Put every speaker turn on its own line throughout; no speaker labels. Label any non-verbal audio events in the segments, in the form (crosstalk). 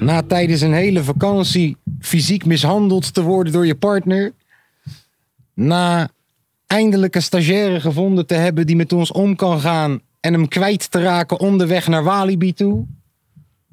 Na tijdens een hele vakantie fysiek mishandeld te worden door je partner. Na eindelijk een stagiaire gevonden te hebben die met ons om kan gaan en hem kwijt te raken onderweg naar Walibi toe.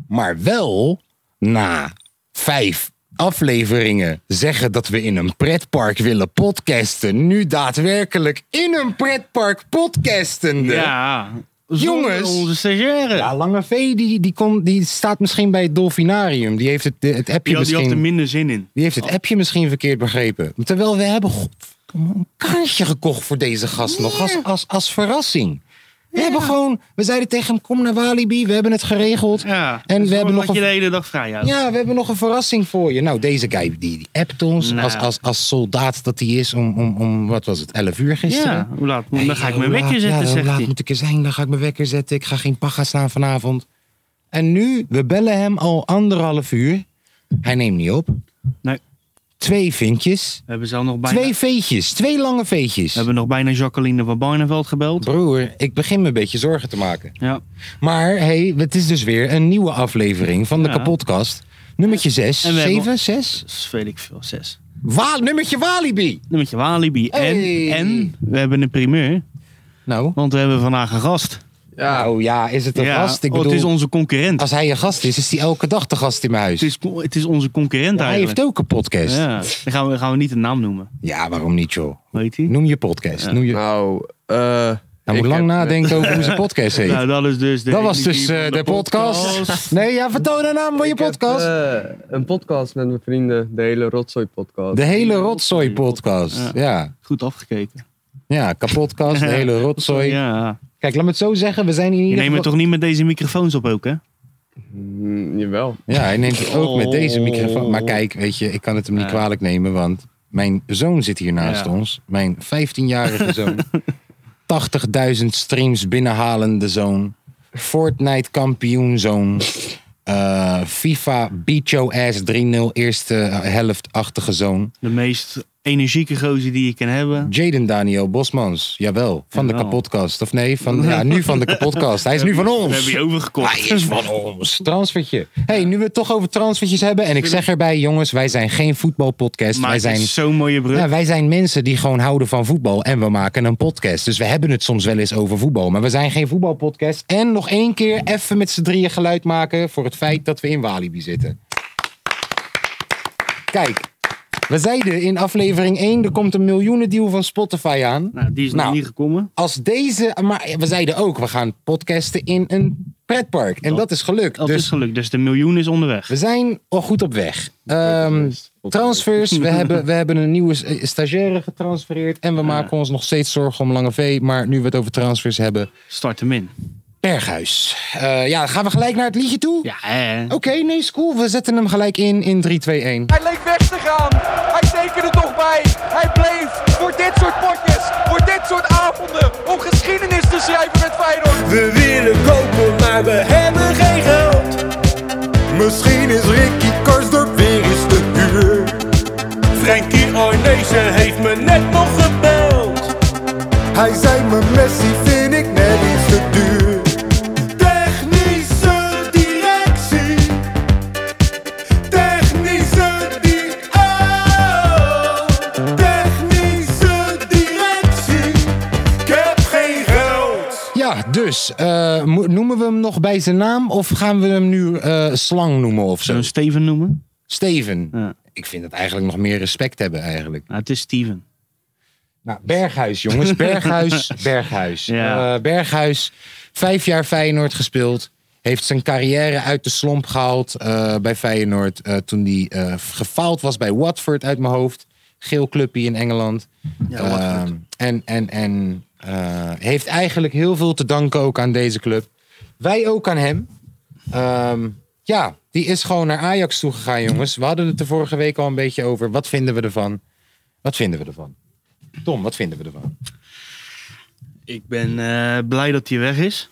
Maar wel na vijf afleveringen zeggen dat we in een pretpark willen podcasten. Nu daadwerkelijk in een pretpark podcasten.
Ja.
Jongens.
Zonder Onze stagiaire.
Ja, Lange V die, die, kon, die staat misschien bij het Dolfinarium. Die heeft het, het appje
die, had, die
misschien.
had Oh. er minder zin in.
die heeft het appje misschien verkeerd begrepen. Terwijl we hebben godverdomme, een kaartje gekocht voor deze gast nog als, als, als verrassing. We hebben gewoon, we zeiden tegen hem: kom naar Walibi, we hebben het geregeld.
Ja.
En
Dus
we hebben
gewoon
nog
dat je
een-
de hele dag vrij houdt.
Ja, we hebben nog een verrassing voor je. Nou, deze guy die, die appt ons
Nou.
als, als, als soldaat dat hij is om, om, om, wat was het, 11 uur gisteren.
Ja, hoe laat? Dan ga ik
Hey,
mijn
hoe
wekker
laat-
zetten,
ja, hoe
zegt
laat
hij.
moet ik er zijn? Dan ga ik mijn wekker zetten. Ik ga geen paga slaan vanavond. En nu, we bellen hem al anderhalf uur. Hij neemt niet op.
Nee.
Twee vinkjes.
We hebben ze al nog bijna,
Twee
we
veetjes. Twee lange veetjes.
hebben nog bijna Jacqueline van Barneveld gebeld.
Broer, ik begin me een beetje zorgen te maken.
Ja.
Maar hey, het is dus weer een nieuwe aflevering van de
Ja.
kapotkast. Nummertje 6,
En we hebben-
7, 6.
Dus weet ik veel, zes.
Wa nummertje Walibi.
Nummertje Walibi.
Hey.
En, en we hebben een primeur,
Nou.
want we hebben vandaag een gast.
Ja. Oh ja, is het een
ja,
gast? Ik
oh,
bedoel,
het is onze concurrent.
als hij een gast is, is hij elke dag de gast in mijn huis.
Het is, co- het is onze concurrent
Ja, hij heeft
eigenlijk.
ook een podcast. Ja.
ja, dan gaan we, gaan we niet een naam noemen.
waarom niet, joh?
Weet je?
Noem je podcast. Noem je...
Nou, eh.
Hij moet
ik
lang
heb-
nadenken over hoe zijn podcast heet.
Nou, dat is dus de
dat was
energie
dus
van
eh, de podcast. Nee, ja, vertel de naam van je
ik heb,
podcast.
eh, een podcast met mijn vrienden, de hele rotzooi podcast.
de hele rotzooi podcast. Ja,
Goed afgekeken.
ja, kapotkast, de hele rotzooi.
Ja.
Kijk, laat me het zo zeggen. We zijn in
Je
ieder
neemt het
geval...
toch niet met deze microfoons op ook, hè?
Mm, jawel.
Ja, hij neemt het ook met deze microfoon. Maar kijk, weet je, ik kan het hem niet
Ja.
kwalijk nemen, want mijn zoon zit hier naast
Ja.
ons. Mijn 15-jarige
(laughs)
zoon. 80.000 streams binnenhalende zoon. Fortnite kampioen zoon. Eh, FIFA beat your ass 3-0 eerste helftachtige zoon.
De meest energieke gozer die je kan hebben.
Jaden Daniel Bosmans, jawel, van de
Jawel.
kapotkast. Of nee, van, ja, nu
(laughs)
van de kapotkast. Hij is nu van
We
ons.
hebben je overgekocht.
Hij is van ons. Transfertje. hey, nu we het toch over transfertjes hebben. En ik zeg erbij, jongens, wij zijn geen voetbalpodcast.
Maar
Wij
het
zijn,
is zo'n mooie brug.
ja, wij zijn mensen die gewoon houden van voetbal. En we maken een podcast. Dus we hebben het soms wel eens over voetbal. Maar we zijn geen voetbalpodcast. En nog één keer even met z'n drieën geluid maken voor het feit dat we in Walibi zitten. Kijk, we zeiden in aflevering 1, er komt een miljoenendeal van Spotify aan.
Nou, die is nog
Nou.
niet gekomen.
Als deze, maar we zeiden ook, we gaan podcasten in een pretpark. En
Dat-
dat is gelukt.
Dat
dus
is gelukt. Dus de miljoen is onderweg.
we zijn al goed op weg. Ehm, transfers,
(laughs)
we hebben, we hebben een nieuwe s- eh, stagiaire getransfereerd. En we
Ah.
maken ons nog steeds zorgen om Lange V. Maar nu we het over transfers hebben.
Start hem in.
Berghuis. Eh, ja, gaan we gelijk naar het liedje toe?
Ja, hè?
Oké, nee, is cool. We zetten hem gelijk in in 3, 2, 1.
Hij leek weg te gaan. Hij tekende toch bij. Hij bleef voor dit soort potjes, voor dit soort avonden, om geschiedenis te schrijven met Feyenoord.
We willen kopen, maar we hebben geen geld. Misschien is Ricky Karsdorp weer eens te duur. Frankie Arnezen heeft me net nog gebeld.
Hij zei me Messi vind ik net iets te duur.
Technische directie. Technische di- oh. Technische directie. Ik heb geen geld.
Ja, dus eh, mo- noemen we hem nog bij zijn naam? Of gaan we hem nu eh, slang noemen of
Zullen
zo?
we Steven noemen?
Steven.
Ja.
Ik vind dat eigenlijk nog meer respect hebben eigenlijk.
Nou, het is Steven.
Nou, Berghuis,
(laughs)
jongens. Berghuis, Berghuis.
Ja.
Eh, Berghuis, vijf jaar Feyenoord gespeeld. Heeft zijn carrière uit de slomp gehaald eh, bij Feyenoord. eh, toen hij eh, gefaald was bij Watford uit mijn hoofd. Geel clubje in Engeland.
Ja, Watford.
Ehm, en en, en eh, heeft eigenlijk heel veel te danken ook aan deze club. Wij ook aan hem. Ehm, ja, Die is gewoon naar Ajax toegegaan, jongens. We hadden het er vorige week al een beetje over. Wat vinden we ervan? Wat vinden we ervan? Tom, wat vinden we ervan?
Ik ben eh, blij dat hij weg is.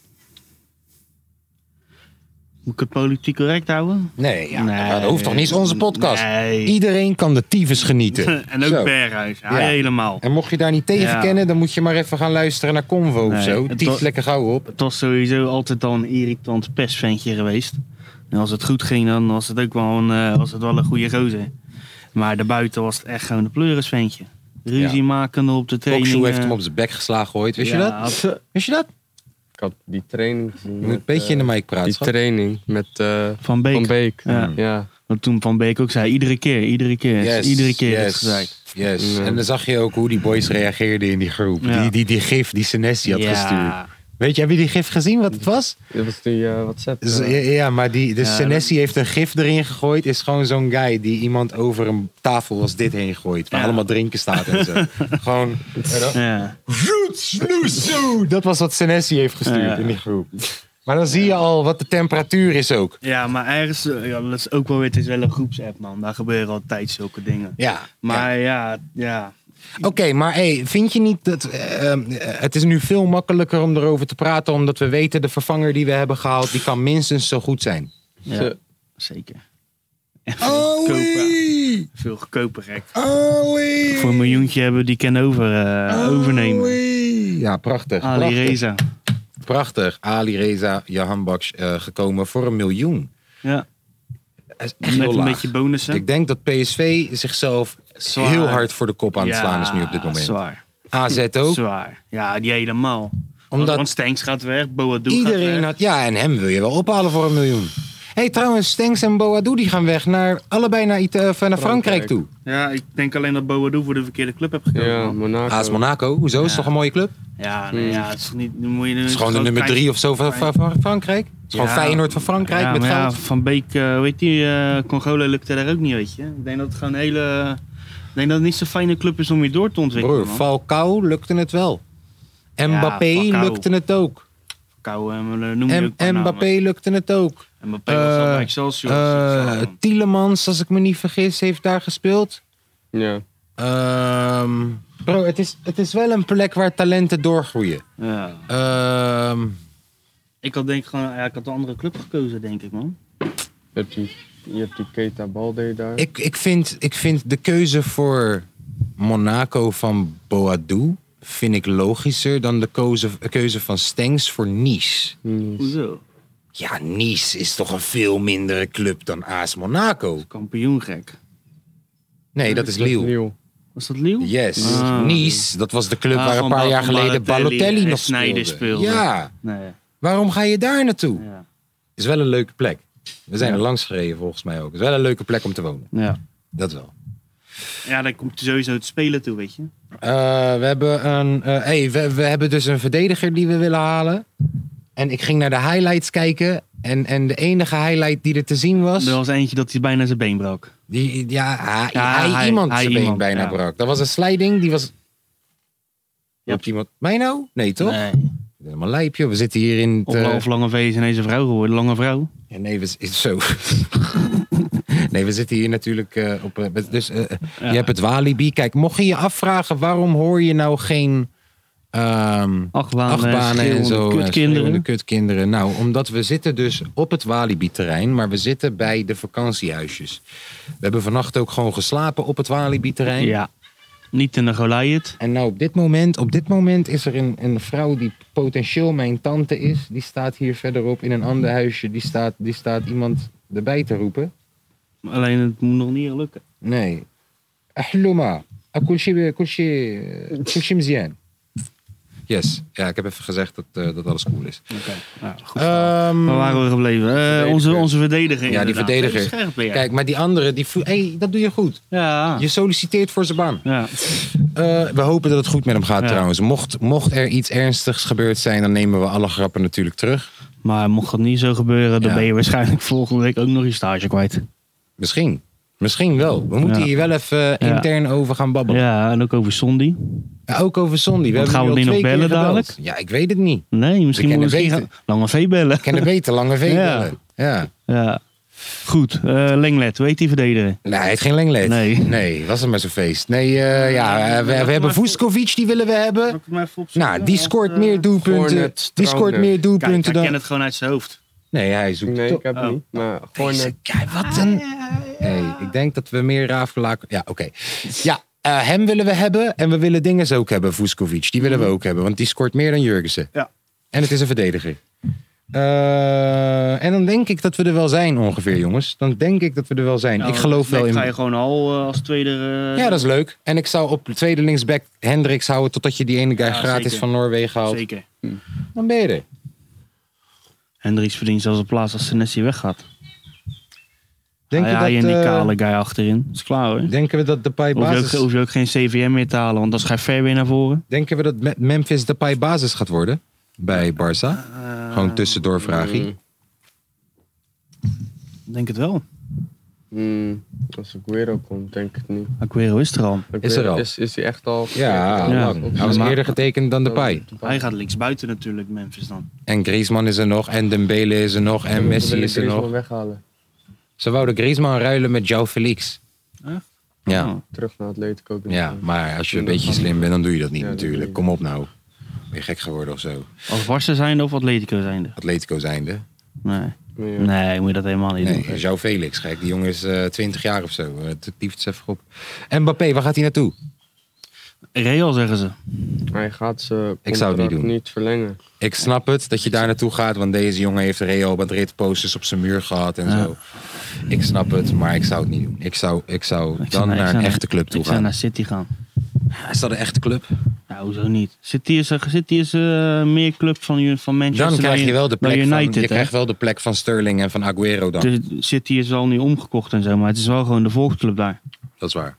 Moet ik het politiek correct houden?
Nee, ja,
Nee.
dat hoeft toch niet is onze podcast.
Nee.
Iedereen kan de tyfus genieten.
(laughs) en ook
Zo.
Berghuis. Hij
Ja.
helemaal.
En mocht je daar niet tegen
Ja.
kennen, dan moet je maar even gaan luisteren naar Convo
Nee,
of zo.
het
Tief
was-
lekker gauw op.
Het was sowieso altijd al een irritant pestventje geweest. En als het goed ging, dan was het ook wel een, eh, was het wel een goede gozer. Maar daarbuiten was het echt gewoon een pleurisventje. Ruzie makende op de training. eh,
Kokshoe heeft hem op zijn bek geslagen ooit. Wist je dat? Wist je dat?
Ik had die training gezien. eh,
Je moet een beetje in de mic praten.
Die
schat.
training met eh,
Van Beek.
Van Beek.
Ja.
Ja.
Want toen Van Beek ook zei, iedere keer, iedere keer.
Yes,
iedere keer is
yes,
het gezegd.
Yes. En dan zag je ook hoe die boys reageerden in die groep.
Ja.
Die, die, die gif die Senesi had
Ja.
gestuurd. Weet je, heb je die gif gezien wat het was?
Dat was die eh, WhatsApp.
Z-
eh,
Dus, ja, ja, maar die, dus
Ja,
Senesi heeft een gif erin gegooid. Is gewoon zo'n guy die iemand over een tafel als dit heen gooit. Waar
Ja.
allemaal drinken staat en
(laughs)
zo. gewoon,
Ja.
Zoet, snoe, zoe. Dat was wat Senesi heeft gestuurd
Ja.
in die groep. Maar dan zie je al wat de temperatuur is ook.
ja, maar ergens, eh, ja, dat is ook wel weer, het is wel een groepsapp man. Daar gebeuren altijd zulke dingen.
Ja,
Maar ja, ja.
Oké, maar hey, vind je niet dat. eh, ehm, eh, het is nu veel makkelijker om erover te praten, omdat we weten de vervanger die we hebben gehaald, die kan minstens zo goed zijn.
ja,
Zo.
zeker. En veel goedkoper. Veel goedkoper gek.
Owie!
Voor een miljoentje hebben we die kan over, eh,
Oh,
overnemen.
Ja, prachtig.
Ali
prachtig,
Reza.
prachtig. Ali Reza, Jahan Baks, eh, gekomen voor een miljoen.
Ja,
Dat is echt
met
heel
een
laag.
beetje bonussen.
Ik denk dat PSV zichzelf
Zwaar.
heel hard voor de kop aan het
Ja,
slaan is nu op dit moment.
Zwaar.
AZ ook.
Zwaar. Ja, die helemaal.
Omdat-
Omdat Want Stenks gaat weg, Boadou gaat
Iedereen
weg.
had, ja, en hem wil je wel ophalen voor een miljoen. hey, trouwens, Stenks en Boadou die gaan weg naar allebei naar, Ita- of naar Frankrijk.
Frankrijk.
toe.
Ja, ik denk alleen dat Boadou voor de verkeerde club heb gekozen.
ja,
man.
Monaco.
AS Monaco, hoezo? Ah, Is
Ja.
toch een mooie club?
Ja, nee, ja, het is niet... nu Moet je, het
is gewoon de nummer drie of zo van, van, van Frankrijk. Het is gewoon
Ja.
Feyenoord van Frankrijk
ja,
met
maar ja,
goud.
Van Beek, eh, hoe heet die, eh Congolo lukte daar ook niet, weet je. Ik denk dat het gewoon een hele... Ik denk dat het niet zo'n fijne club is om weer door te ontwikkelen,
Broer,
man.
Falcao lukte het wel. Mbappé
Falcao.
lukte het ook.
Kou, eh, noem je
M
ook maar
Mbappé
namen.
lukte het ook.
Mbappé was al
Eh,
bij Excelsior. dus
Eh, Tielemans, als ik me niet vergis, heeft daar gespeeld.
Ja.
Ehm, bro, het is, het is wel een plek waar talenten doorgroeien.
ja.
Ehm,
Ik had denk ik gewoon, ja, ik had een andere club gekozen, denk ik, man.
Je hebt die, je hebt die Keita Balde daar.
ik, ik, vind, ik vind de keuze voor Monaco van Boadou vind ik logischer dan de keuze, keuze van Stengs voor Nice.
Mm.
Hoezo?
Ja, Nice is toch een veel mindere club dan AS Monaco.
Kampioen gek.
Nee, dat is Lille.
Nieuw.
Was dat Lille?
Yes,
Ah.
Nice, dat was de club
Ah,
waar een
van
paar
Ba-
jaar
van
geleden
Balotelli
Balotelli
en
nog
Sneijder
speelde.
speelde.
Ja,
Nee,
waarom ga je daar naartoe?
ja.
is wel een leuke plek. We zijn er langs gereden volgens mij ook. Het is wel een leuke plek om te wonen.
Ja,
Dat wel.
ja daar komt sowieso het spelen toe, weet je.
Eh, we hebben een. eh, hey, we, we hebben dus een verdediger die we willen halen. En ik ging naar de highlights kijken. En, en de enige highlight die er te zien was.
Er was eentje dat hij bijna zijn been brak.
Die, ja, ah, hij,
Ja,
hij
hij-
iemand
hij
zijn been
iemand,
bijna
ja.
brak. Dat was een sliding. Die was.
Ja.
Op iemand. Mij nou? Nee toch?
Nee.
Helemaal lijp joh. We zitten hier in.
Of,
het, eh,
of lange V is ineens een vrouw geworden. Lange vrouw.
Ja, nee, we, z- zo. (laughs) nee, we zitten hier natuurlijk eh, op. eh, met- dus eh, je hebt het Walibi. Kijk, mocht je je afvragen waarom hoor je nou geen ehm
Achtbanen,
achtbanen en zo. en schreeuwende
eh, Kutkinderen.
kutkinderen. Nou, omdat we zitten dus op het Walibi-terrein, maar we zitten bij de vakantiehuisjes. We hebben vannacht ook gewoon geslapen op het Walibi-terrein.
Ja. Niet in de Goliath.
En nou, op dit moment, op dit moment is er een, een vrouw die potentieel mijn tante is. Die staat hier verderop in een ander huisje. Die staat, die staat iemand erbij te roepen.
Alleen het moet nog niet lukken.
Nee. Ahluma. Kulshi, kulshi, kulshi mzian. Yes. Ja, ik heb even gezegd dat, eh, dat alles cool is.
Ja, goed.
Ehm,
Waar waren we gebleven? Eh, onze, onze verdediger.
Ja, die
inderdaad.
verdediger.
Heel scherp weer.
kijk, maar die andere, die voel- hey, dat doe je goed.
Ja.
Je solliciteert voor zijn baan.
ja.
Eh, we hopen dat het goed met hem gaat
Ja.
trouwens. Mocht, mocht er iets ernstigs gebeurd zijn, dan nemen we alle grappen natuurlijk terug.
Maar mocht dat niet zo gebeuren, dan
Ja.
ben je waarschijnlijk (laughs) volgende week ook nog je stage kwijt.
Misschien. Misschien wel. We moeten
Ja.
hier wel even eh,
Ja.
intern over gaan babbelen.
Ja, en ook over Sondi.
Ja, ook over Sondi. We
Want
hebben
gaan we
nu al
die nog
twee keer
bellen
gebeld.
dadelijk?
Ja, ik weet het niet. We
Nee, misschien moet
kennen
misschien
beter.
(laughs) gaan- Lange V bellen.
Ik ken er beter, lange V
Ja.
bellen. Ja.
Ja. Goed, eh Lenglet, weet die verdediger?
Nee, hij heeft geen lenglet.
Nee.
was het maar zo'n feest. Nee, eh, ja, eh, we, we hebben Vuskovic, die willen we hebben. Nou, die scoort meer doelpunten.
Gornet,
Die scoort
Trauner.
meer
eh, Kijk,
doelpunten
hij kent
dan...
het gewoon uit zijn hoofd.
Nee, hij zoekt
Nee, ik
toch-
heb
Oh.
het niet. Maar gewoon
Deze
net.
guy, wat een... Hey, ik denk dat we meer Ravelaak... Ja, oké. Ja, eh, hem willen we hebben. En we willen Dinges ook hebben, Vuskovic. Die willen we ook hebben, want die scoort meer dan Jurgensen.
Ja.
En het is een verdediger. Eh, en dan denk ik dat we er wel zijn ongeveer, jongens. Dan denk ik dat we er wel zijn.
Nou,
ik geloof
dan
wel in...
ga je gewoon al eh, als tweede... eh,
Ja, dat is leuk. En ik zou op tweede linksback Hendricks houden totdat je die ene guy
Ja,
gratis
zeker.
van Noorwegen haalt.
Zeker.
Dan ben je er.
Hendricks verdient zelfs een plaats als Senesi weggaat.
Denk
Nou ja,
je
en
dat,
die
eh,
kale guy achterin. Dat is klaar hoor.
denken we dat Depay
Hoef je,
basis...
ook, hoef je ook geen CVM meer te halen, want dan ga je ver weer naar voren.
Denken we dat Me- Memphis Depay basis gaat worden bij Barça? Gewoon tussendoor vraagie.
Mm,
Ik denk het wel.
mm, als Aguero komt, denk ik het niet.
Aguero is er al.
Aguero,
Is er al?
Is, is hij echt al?
Ja,
Ja.
lang. hij was
Maar-
eerder getekend
Oh.
dan Depay.
Hij gaat linksbuiten natuurlijk, Memphis dan.
En Griezmann is er nog, en Dembele is er nog, en Messi is er nog.
weghalen.
Ze wouden Griezmann ruilen met João Felix.
Echt?
Ja,
Oh.
Terug naar Atletico.
ja, maar als je een beetje slim bent, dan doe je dat niet
Ja, dat doe
natuurlijk.
je.
Kom op nou. Ben je gek geworden of zo?
Als Barca zijnde of Atletico zijnde?
Atletico zijnde.
Nee.
Ja.
Nee, moet je dat helemaal niet
Nee,
doen.
jouw Felix, gek. Die jongen is eh 20 jaar of zo. Het liefst eens even op. Mbappé, waar gaat hij naartoe?
Real zeggen ze.
Hij gaat ze
Ik zou het niet doen.
niet verlengen.
Ik snap het dat je daar naartoe gaat, want deze jongen heeft Real Madrid posters op zijn muur gehad en
Ja.
zo. Ik snap het, maar ik zou het niet doen. Ik zou, ik zou
Ik zou
dan
ik
naar
zou
een echte club toe
Ik zou
gaan.
naar City gaan.
Is dat een echte club?
Nou, hoezo niet? City is, eh, City is eh, meer club van, Ju- van Manchester
Dan krijg je wel de
dan
plek van, je
United, hè? Dus-
krijgt wel de plek van Sterling en van Aguero dan.
De City is wel nu omgekocht en zo, maar het is wel gewoon de volksclub daar.
Dat is waar.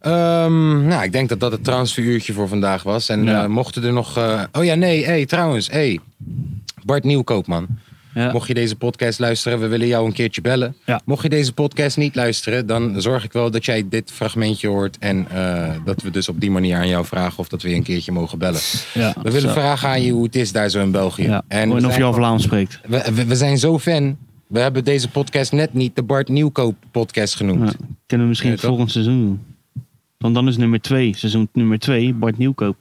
Ehm, nou, ik denk dat dat het transferuurtje voor vandaag was. En
Ja.
eh, mochten er nog... eh, oh ja, nee, hey, trouwens. Hey, Bart Nieuwkoopman.
Ja.
Mocht je deze podcast luisteren, we willen jou een keertje bellen.
Ja.
Mocht je deze podcast niet luisteren, dan zorg ik wel dat jij dit fragmentje hoort. En eh, dat we dus op die manier aan jou vragen of dat we je een keertje mogen bellen.
ja.
We willen
Zo.
vragen aan je hoe het is daar zo in België.
Ja.
En
En,
we,
of
zijn,
je al Vlaams spreekt.
we, we- we zijn zo fan. We hebben deze podcast net niet de Bart Nieuwkoop podcast
Ja.
genoemd.
Kunnen we misschien
Ja,
het
toch?
volgende seizoen doen. Want dan is nummer 2, seizoen nummer 2, Bart Nieuwkoop.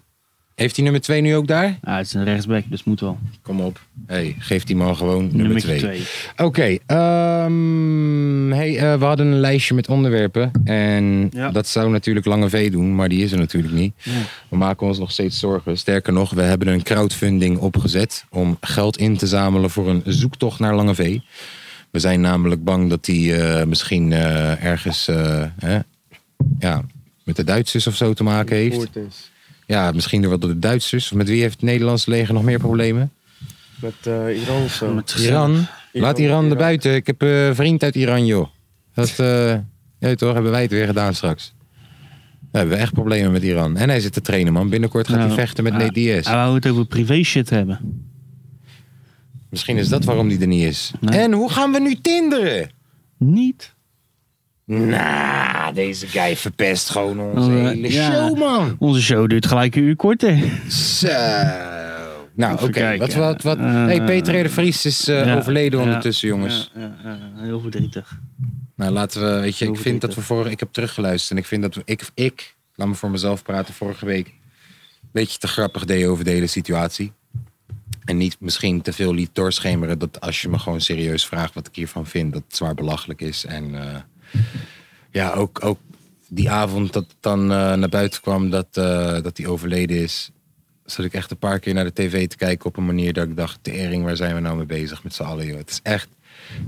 Heeft hij nummer 2 nu ook daar?
Ah, het is een rechtsback, dus moet wel.
Kom op. Hey, geef die man gewoon nummer
Nummer
2.
2.
Oké, ehm, hey, eh, we hadden een lijstje met onderwerpen. En
Ja.
dat zou natuurlijk Lange V doen, maar die is er natuurlijk niet. We maken ons nog steeds zorgen. Sterker nog, we hebben een crowdfunding opgezet om geld in te zamelen voor een zoektocht naar Lange V. We zijn namelijk bang dat die eh, misschien eh, ergens eh, hè, ja, met de Duitsers of zo te maken heeft.
Voert is.
Ja, misschien door wat door de Duitsers. Met wie heeft het Nederlandse leger nog meer problemen?
Met eh Iran of zo.
Met gezellig.
Iran? Laat Iran er buiten. Ik heb eh, een vriend uit Iran, joh. Dat, eh (laughs) ja, toch, hebben wij het weer gedaan straks. We hebben we echt problemen met Iran. En hij zit te trainen, man. Binnenkort gaat
Nou,
hij vechten met
ah,
Nate Diaz.
Hij wou het over privé shit hebben.
Misschien is dat waarom hij er niet is.
Nee.
En hoe gaan we nu tinderen?
Niet.
Nou, deze guy verpest gewoon onze
Eh,
hele
ja.
show, man.
Onze show duurt gelijk een uur korter.
Zo. Nou, oké.
Even kijken.
Wat, wat, wat.
Eh,
hey, Peter R. de Vries is eh,
Ja,
overleden
ja,
ondertussen, jongens.
Ja, ja, ja, heel verdrietig.
Nou, laten we, weet je, ik
Heel
vind dat we
verdrietig.
vorige, ik heb teruggeluisterd en ik vind dat we, ik, ik, laat me voor mezelf praten, vorige week een beetje te grappig deed over de hele situatie. En niet misschien te veel liet doorschemeren dat als je me gewoon serieus vraagt wat ik hiervan vind, dat het zwaar belachelijk is. En eh, ja, ook, ook die avond dat het dan eh, naar buiten kwam dat hij dat die overleden is, zat ik echt een paar keer naar de tv te kijken op een manier dat ik dacht, tering, waar zijn we nou mee bezig met z'n allen, joh. Het is echt,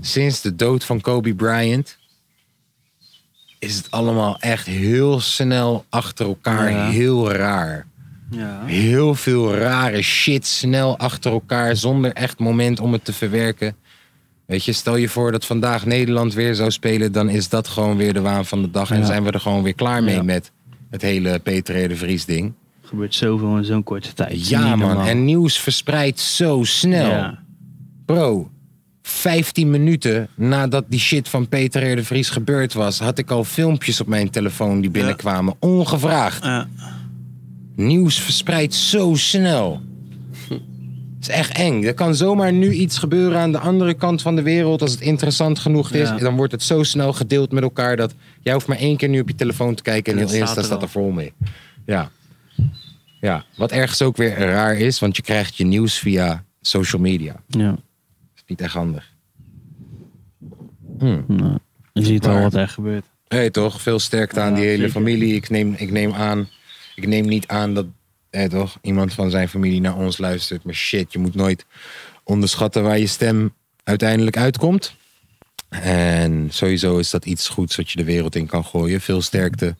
sinds de dood van Kobe Bryant is het allemaal echt heel snel achter elkaar
Ja.
heel raar.
Ja.
Heel veel rare shit snel achter elkaar zonder echt moment om het te verwerken. Weet je, stel je voor dat vandaag Nederland weer zou spelen, dan is dat gewoon weer de waan van de dag en
Ja.
zijn we er gewoon weer klaar mee
Ja.
met het hele Peter R. de Vries ding.
Er gebeurt zoveel in zo'n korte tijd.
Ja
Niet
man,
normaal.
en nieuws verspreidt zo snel.
Ja.
Bro, 15 minuten nadat die shit van Peter R. de Vries gebeurd was, had ik al filmpjes op mijn telefoon die binnenkwamen, ongevraagd.
Ja. (laughs)
Nieuws verspreidt zo snel. Het is echt eng. Er kan zomaar nu iets gebeuren aan de andere kant van de wereld. Als het interessant genoeg is,
Ja.
dan wordt het zo snel gedeeld met elkaar. dat jij hoeft maar één keer nu op je telefoon te kijken. en
En
heel
het staat
Insta
er
staat
al.
er vol mee. Ja. ja. Wat ergens ook weer raar is, want je krijgt je nieuws via social media. Dat
Ja.
is niet echt handig.
Nou, je ziet al
Maar-
wat er gebeurt.
Hé, toch? Veel sterkte aan
Ja,
die hele
zeker.
familie. Ik neem, ik neem aan. Ik neem niet aan dat hé, toch, iemand van zijn familie naar ons luistert. Maar shit, je moet nooit onderschatten waar je stem uiteindelijk uitkomt. En sowieso is dat iets goeds wat je de wereld in kan gooien. Veel sterkte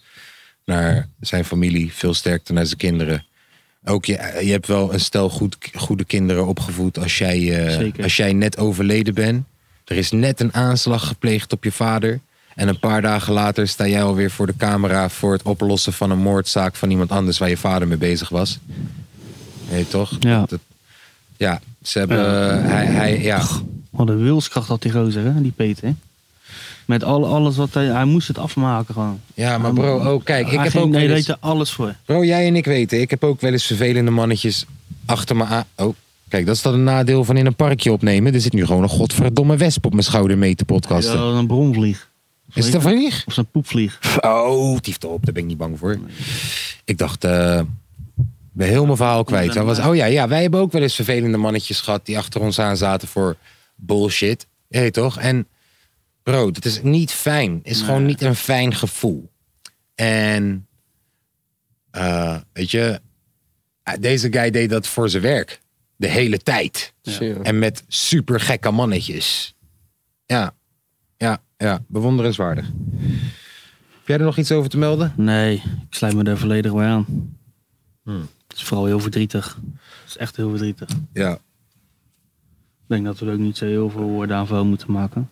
naar zijn familie, veel sterkte naar zijn kinderen. Ook je, je hebt wel een stel goed, goede kinderen opgevoed als jij, eh,
Zeker.
als jij net overleden bent. Er is net een aanslag gepleegd op je vader. En een paar dagen later sta jij alweer voor de camera voor het oplossen van een moordzaak van iemand anders waar je vader mee bezig was. Weet je toch?
Ja.
Dat- ja, ze hebben. eh, hij, hij, ja.
Wat een wilskracht had die gozer, hè? die Peter. Met al, alles wat hij... Hij moest het afmaken gewoon.
ja, maar bro, oh, kijk, ik
hij
heb
ging-
ook.
Hij
wel
deed
eens-
er alles voor.
Bro, Oh, jij en ik weten, ik heb ook wel eens vervelende mannetjes achter me aan. Oh, kijk, dat is dan een nadeel van in een parkje opnemen. Er zit nu gewoon een godverdomme wesp op mijn schouder mee te
Dat is
podcasten.
een bronvlieg.
is het een vlieg?
Of zo'n poepvlieg.
Oh, tieft op, daar ben ik niet bang voor. Ik dacht, eh ik ben heel mijn verhaal kwijt. Dat was, oh ja, ja, wij hebben ook wel eens vervelende mannetjes gehad die achter ons aan zaten voor bullshit. Je weet toch? En bro, dat is niet fijn. Is gewoon niet een fijn gevoel. En eh, weet je, eh, deze guy deed dat voor zijn werk. De hele tijd.
Shit.
En met super gekke mannetjes. Ja, ja, ja. Bewonderenswaardig. Heb jij er nog iets over te melden?
Nee, ik sluit me daar volledig bij aan. Het is vooral heel verdrietig. Het is echt heel verdrietig. Ik
Ja.
denk dat we er ook niet zo heel veel woorden aan vuil moeten maken.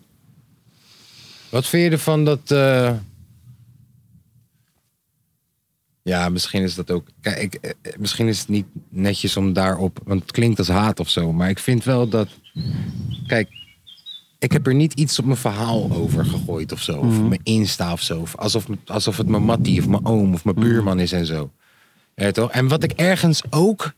Wat vind je ervan dat. eh, Ja, misschien is dat ook. Kijk, ik, eh, eh, misschien is het niet netjes om daarop. Want het klinkt als haat of zo. Maar ik vind wel dat. Kijk, ik heb er niet iets op mijn verhaal over gegooid of zo. Of mijn Insta of zo. Of alsof, alsof het mijn mattie of mijn oom of mijn buurman is en zo. Ja, toch? En wat ik ergens ook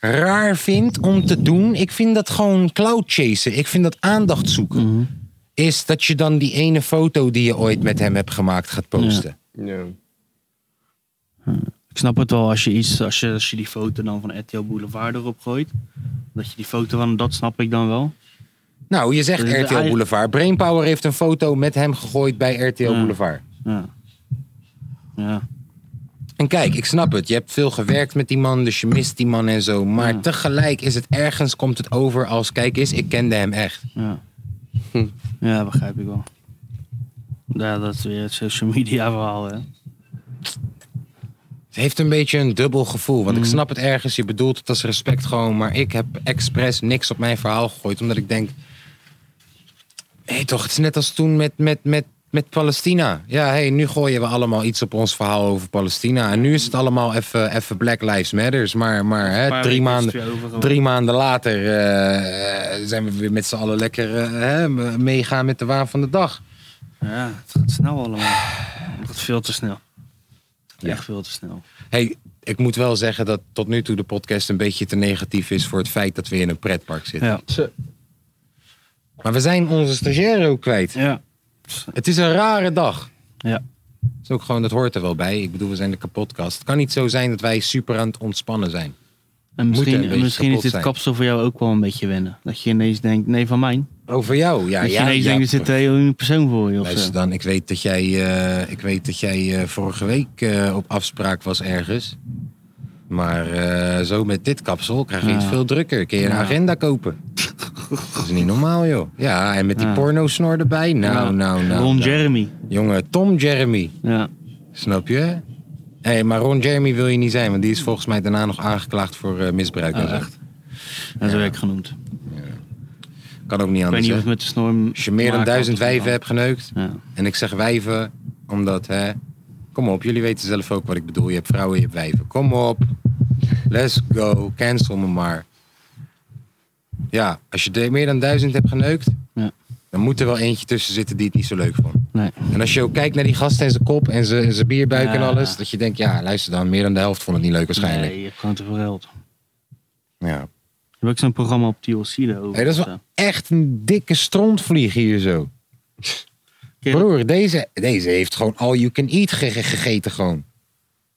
raar vind om te doen. Ik vind dat gewoon cloud chasen. Ik vind dat aandacht zoeken. Is dat je dan die ene foto die je ooit met hem hebt gemaakt gaat posten.
Ja.
Ik snap het wel als je, iets, als je, als je die foto dan van RTL Boulevard erop gooit. Dat je die foto van, dat snap ik dan wel.
Nou, je zegt
Dus de
RTL
eigen-
Boulevard. Brainpower heeft een foto met hem gegooid bij RTL
Ja.
Boulevard.
Ja. Ja.
En kijk, ik snap het. Je hebt veel gewerkt met die man, dus je mist die man en zo. Maar
Ja.
tegelijk is het ergens, komt het over als... Kijk eens, ik kende hem echt.
Ja. Hm. ja, begrijp ik wel. Ja, dat is weer het social media verhaal, hè.
Het heeft een beetje een dubbel gevoel. Want ik
Mm.
snap het ergens, je bedoelt het als respect gewoon. Maar ik heb expres niks op mijn verhaal gegooid. Omdat ik denk. Hé toch, het is net als toen met, met, met, met Palestina. Ja, hé, nu gooien we allemaal iets op ons verhaal over Palestina. En nu is het allemaal even even Black Lives Matters. Maar, maar
Een
hè,
paar
drie,
weken is
maanden,
het weer overgegaan.
drie maanden later eh, eh, zijn we weer met z'n allen lekker eh, hè, meegaan met de waan van de dag.
Ja, het gaat snel allemaal. Het gaat veel te snel. Echt veel te snel.
Hey, ik moet wel zeggen dat tot nu toe de podcast een beetje te negatief is voor het feit dat we in een pretpark zitten.
Ja.
Zo.
Maar we zijn onze stagiair ook kwijt.
Ja.
Het is een rare dag.
Ja.
Dat, is ook gewoon, dat hoort er wel bij. Ik bedoel, we zijn de kapotkast. Het kan niet zo zijn dat wij super aan het ontspannen zijn.
En
een beetje
misschien, misschien is
kapot
dit
zijn.
kapsel voor jou ook wel een beetje wennen. Dat je ineens denkt, nee van mij.
Over jou, ja.
dat je
ja,
ineens
ja.
denkt, er zit een heel nieuwe persoon voor je of zo.
Luister dan, ik weet dat jij, eh, ik weet dat jij eh, vorige week eh, op afspraak was ergens. Maar eh, zo met dit kapsel krijg je het
Ja.
veel drukker. Kun je een
Ja.
agenda
(laughs)
kopen? dat is niet normaal, joh. Ja, en met die
Ja.
porno-snor erbij. Nou,
Ja.
nou, nou.
Ron
nou.
Jeremy.
Jongen, Tom Jeremy.
Ja.
Snap je? Hé, maar Ron Jeremy wil je niet zijn, want die is volgens mij daarna nog aangeklaagd voor eh, misbruik. en
Oh,
zo.
echt. Dat is werk genoemd. Ik
Kan ook niet
weet
anders.
niet
hè?
wat met de snorm.
Als je meer dan duizend wijven hebt geneukt,
Ja.
en ik zeg wijven, omdat hè. Kom op, jullie weten zelf ook wat ik bedoel. Je hebt vrouwen, je hebt wijven. Kom op. Let's go. Cancel me maar. Ja, als je de- meer dan duizend hebt geneukt,
Ja.
dan moet er wel eentje tussen zitten die het niet zo leuk vond.
Nee.
En als je ook kijkt naar die gasten en zijn kop en zijn, en zijn bierbuik en
Ja.
alles, dat je denkt, ja, luister dan, meer dan de helft vond het niet leuk waarschijnlijk.
Nee, je hebt gewoon te veel geld.
Ja.
heb ik zo'n programma op TLC daarover.
Hé, dat is
Zo.
wel echt een dikke strontvlieg hier zo.
(laughs) Ken je dat-
Broer, deze, deze heeft gewoon all you can eat ge- ge- gegeten gewoon.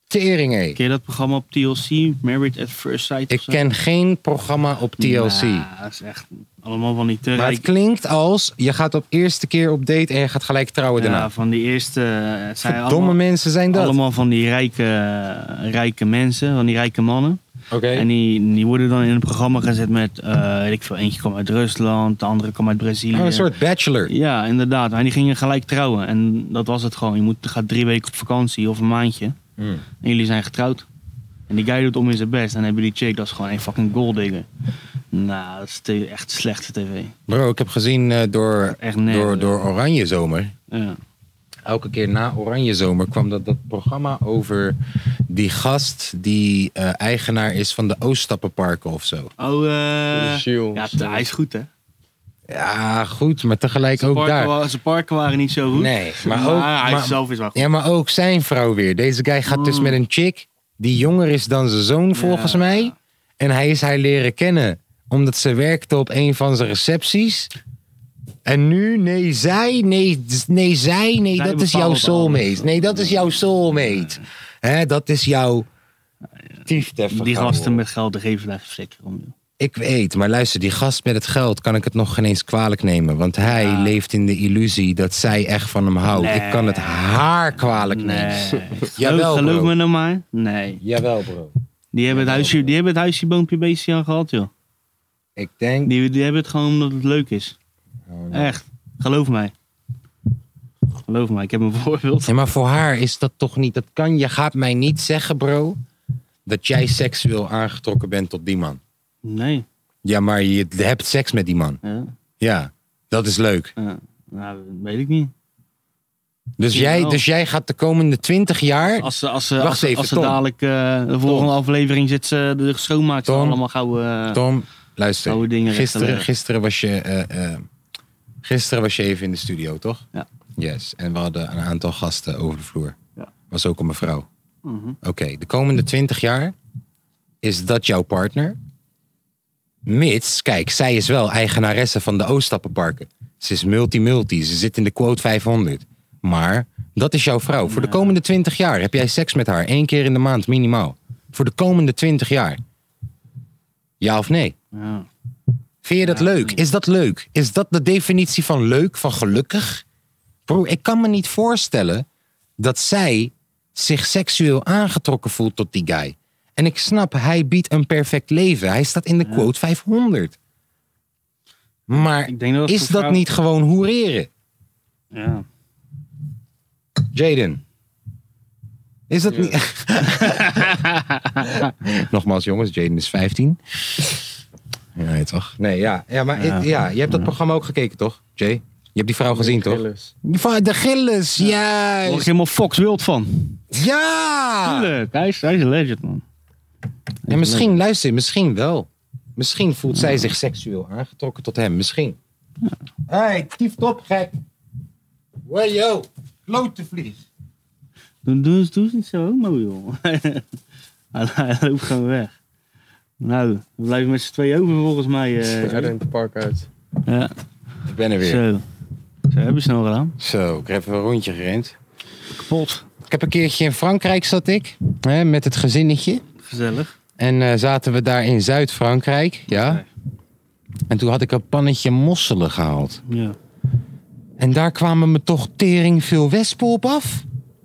Tering hé.
ken je dat programma op TLC? Married at First Sight? of
Ik
zo?
ken geen programma op TLC.
Nou, dat is echt allemaal van die te
Maar het
rijk-
klinkt als je gaat op eerste keer op date en je gaat gelijk trouwen daarna.
Ja, van die eerste... eh, Het zijn
Domme
allemaal,
mensen zijn nou. dat.
allemaal van die rijke, eh, rijke mensen, van die rijke mannen.
Oké.
En die, die worden dan in een programma gezet met, eh, weet ik veel, eentje kwam uit Rusland, de andere kwam uit Brazilië.
Oh, een soort bachelor.
Ja, inderdaad. En die gingen gelijk trouwen. En dat was het gewoon. Je moet, gaat drie weken op vakantie of een maandje.
Hmm.
En jullie zijn getrouwd. En die guy doet om in zijn best. En dan hebben die chick, dat is gewoon een fucking golddigger. Nou, dat is te- echt slechte tv.
Bro, ik heb gezien eh, door,
Echt nee.
door, door Oranje Zomer.
Ja.
Elke keer na Oranje Zomer kwam dat, dat programma over die gast die eh, eigenaar is van de Ooststappenparken of zo.
Oh, eh
Gilles.
ja, hij is goed, hè?
Ja, goed, maar tegelijk ook
parken,
daar.
wa- zijn parken waren niet zo goed.
Nee, maar
Maar
ook.
hij
maar-
zelf is wel goed.
ja, maar ook zijn vrouw weer. Deze guy gaat dus
Mm.
met een chick die jonger is dan zijn zoon volgens
Ja.
mij. En hij is haar leren kennen omdat ze werkte op een van zijn recepties. En nu, nee, zij, nee, z- nee, zij, nee,
Zij
dat is jouw
bepaalt alles.
soulmate. Nee, dat is jouw soulmate. Hè, dat is jouw. Tiefde
Die
vergaan,
gasten
hoor.
met geld, daar geven daar zeker om. joh.
Ik weet, maar luister, die gast met het geld kan ik het nog geen eens kwalijk nemen. Want hij
Ja.
leeft in de illusie dat zij echt van hem houdt.
Nee.
Ik kan het haar kwalijk nemen.
Nee.
Jawel,
(laughs) Geloof, geloof
bro.
me nou maar. Nee.
Jawel, bro.
Die hebben het huisje, die hebben het huisje boompje beestje aan gehad, joh.
Ik denk.
Die, die hebben het gewoon omdat het leuk is.
Oh,
Echt. Geloof mij. Geloof mij, ik heb een (laughs) voorbeeld.
Ja, maar voor haar is dat toch niet. Dat kan. Je gaat mij niet zeggen, bro, dat jij seksueel aangetrokken bent tot die man.
Nee.
Ja, maar je hebt seks met die man.
Ja.
Ja, dat is leuk.
Ja. Nou, weet ik niet.
Dus
Misschien
jij,
wel.
dus jij gaat de komende 20 jaar.
Als ze, als ze,
Wacht
als, ze-
even,
als ze
Tom.
dadelijk eh, de volgende aflevering zit ze eh, de schoonmaakt, ze
Tom.
allemaal eh, gouden.
Tom,
Oude dingen
luister. Gisteren,
rechtleggen.
gisteren, was je, eh, eh, gisteren was je even in de studio, toch?
Ja.
Yes, en we hadden een aantal gasten over de vloer.
Ja.
Was ook een mevrouw.
Mhm.
Oké, de komende 20 jaar is dat jouw partner. Mits, kijk, zij is wel eigenaresse van de Oostappenparken. Ze is multi-multi, ze zit in de quote 500. Maar dat is jouw vrouw. Voor de komende 20 jaar heb jij seks met haar. één keer in de maand minimaal. Voor de komende 20 jaar. Ja of nee?
ja.
Vind je dat
Ja,
leuk?
nee.
Is dat leuk? Is dat de definitie van leuk, van gelukkig? Bro, ik kan me niet voorstellen dat zij zich seksueel aangetrokken voelt tot die guy. En ik snap, hij biedt een perfect leven. Hij staat in de quote 500. Maar
Ik denk dat het
is
voor
dat
vrouwen-
niet gewoon hoereren?
Ja.
Jaden. Is dat niet... (laughs) Nogmaals jongens, Jaden is 15. Ja, Nee, toch? Nee, ja. Ja, maar
Ja.
het- ja, je hebt dat programma ook gekeken, toch, Jay? Je hebt die vrouw gezien, toch?
Gillis.
Van de Gilles,
Daar word ik
juist.
helemaal Fox Wild van.
Ja!
Tuurlijk, hij is, hij is een legend, man.
En misschien, luister, misschien wel. Misschien voelt zij zich seksueel aangetrokken tot hem, misschien. Hé, hey, tief top, gek. Hey, yo. Klote vlies.
Doe, doe, eens- doe eens niet zo homo, joh. (laughs) hij, hij loopt gewoon weg. Nou, we blijven met z'n tweeën over volgens mij. eh.
Hij rent het park uit.
ja,
Ik ben er weer.
zo. Zo hebben ze nog gedaan.
Zo, ik heb even een rondje gerend.
Kapot.
Ik heb een keertje in Frankrijk zat ik, hè, met het gezinnetje.
Gezellig.
En eh, zaten we daar in Zuid-Frankrijk, ja. En toen had ik een pannetje mosselen gehaald.
Ja.
En daar kwamen me toch tering veel wespen op af.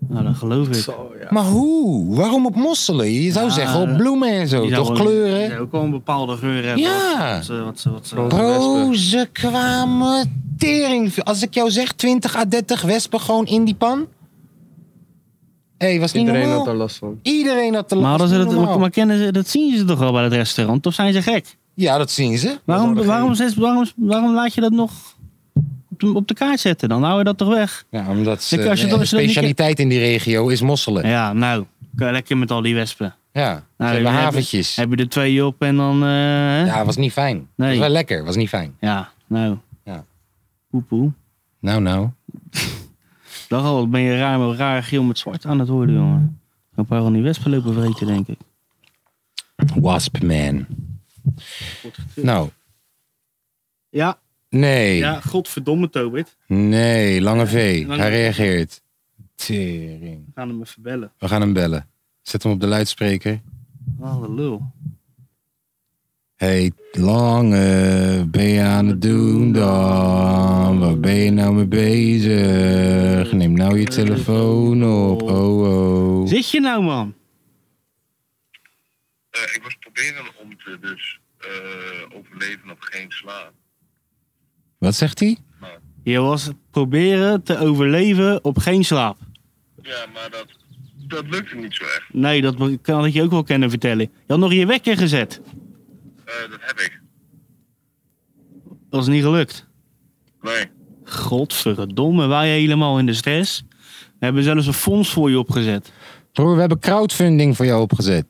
Nou, dat geloof ik.
Zo ja.
Maar hoe? Waarom op mosselen? Je zou
Ja,
zeggen op bloemen en zo,
Die
toch
zou wel- die
kleuren?
zou ook wel een bepaalde geur hebben.
Ja.
Wat ze, wat ze, wat ze-
Bro.
Bro,
wespen.
ze kwamen tering veel. Als ik jou zeg 20 à 30 wespen gewoon in die pan. Hé, was niet
Iedereen had
normaal.
daar last van.
Iedereen had de
maar,
last.
hadden ze
niet
dat, maar,
normaal.
maar kennen ze, dat zien ze toch al bij het restaurant? Of zijn ze gek?
Ja, dat zien ze.
Waarom, waarom, zes- waarom, waarom laat je dat nog op de, op de kaart zetten? Dan hou je dat toch weg?
Ja, omdat ze,
Kijk, als je
eh,
dat-
de
als je dat niet
specialiteit in die regio is mosselen.
Ja, nou. Lekker met al die wespen.
Ja, ze
Nou,
hebben
heb-
haventjes.
Heb je er twee op en dan... eh, hè?
ja, was niet fijn.
Nee.
Was wel lekker, was niet fijn.
Ja, nou.
Ja.
Poepoe.
Nou, nou.
Dag al, wat ben je raar met raar geel met zwart aan het worden, jongen. Een paar van die wespen lopen vreten, denk ik.
Wasp man. Nou,
Ja,
nee.
ja, godverdomme Tobit.
Nee, Lange V.
Lange
Hij
V.
reageert. Tering.
We gaan hem even bellen.
We gaan hem bellen. Zet hem op de luidspreker.
Wat een lul.
Hey, Lange, ben je aan het doen dan? Waar ben je nou mee bezig? Neem nou je telefoon op, oh oh.
Zit je nou, man?
Eh, ik was proberen om te dus eh, overleven op geen slaap.
Wat zegt hij?
Je was proberen te overleven op geen slaap.
Ja, maar dat, dat lukte niet zo echt.
Nee, dat mo- kan ik je ook wel kennen vertellen. Je had nog je wekker gezet.
Eh, dat heb ik.
Dat is niet gelukt.
Nee.
Godverdomme, wij helemaal in de stress. We hebben zelfs een fonds voor je opgezet.
Broer, we hebben crowdfunding voor jou opgezet.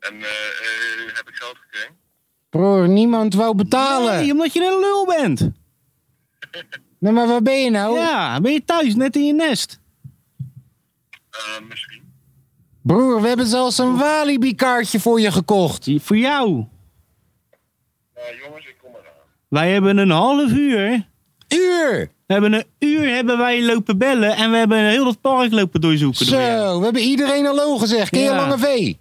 En eh, eh, heb ik geld gekregen?
Broer, niemand wou
Nee,
betalen.
omdat je een lul bent.
Nee, maar waar ben je nou?
Ja, ben je thuis, net in je nest.
Eh, misschien.
Broer, we hebben zelfs een Walibi-kaartje voor je gekocht.
Die- Voor jou.
Nou jongens, ik kom eraan.
Wij hebben een half uur.
Uur!
We hebben een uur hebben wij lopen bellen en we hebben heel dat park lopen doorzoeken. door jou.
Zo, we hebben iedereen hallo gezegd. Ken je
Ja.
Lange V?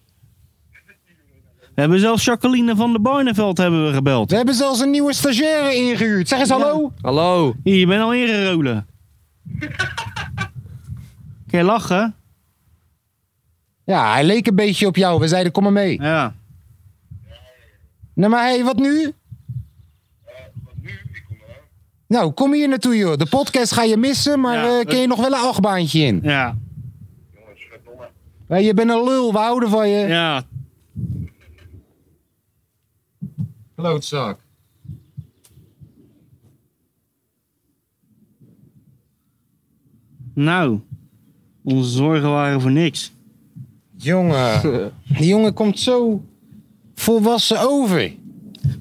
We hebben zelfs Jacqueline van der Barneveld hebben we gebeld.
We hebben zelfs een nieuwe stagiaire ingehuurd. Zeg eens hallo.
Hallo.
Hier, je bent al ingerolen. Kun je lachen?
Ja, hij leek een beetje op jou. We zeiden, kom maar mee.
Ja.
Nou, maar hey, wat nu?
Want nu, ik kom eraan.
Nou, kom hier naartoe, joh. De podcast ga je missen, maar
Ja,
eh, kun je nog wel een achtbaantje in?
Ja.
Jongens, verdomme.
Hé, je bent een lul, we houden van je.
Ja.
Klootzak.
Nou. Onze zorgen waren voor niks.
Jongen,
(laughs)
die jongen komt zo volwassen over.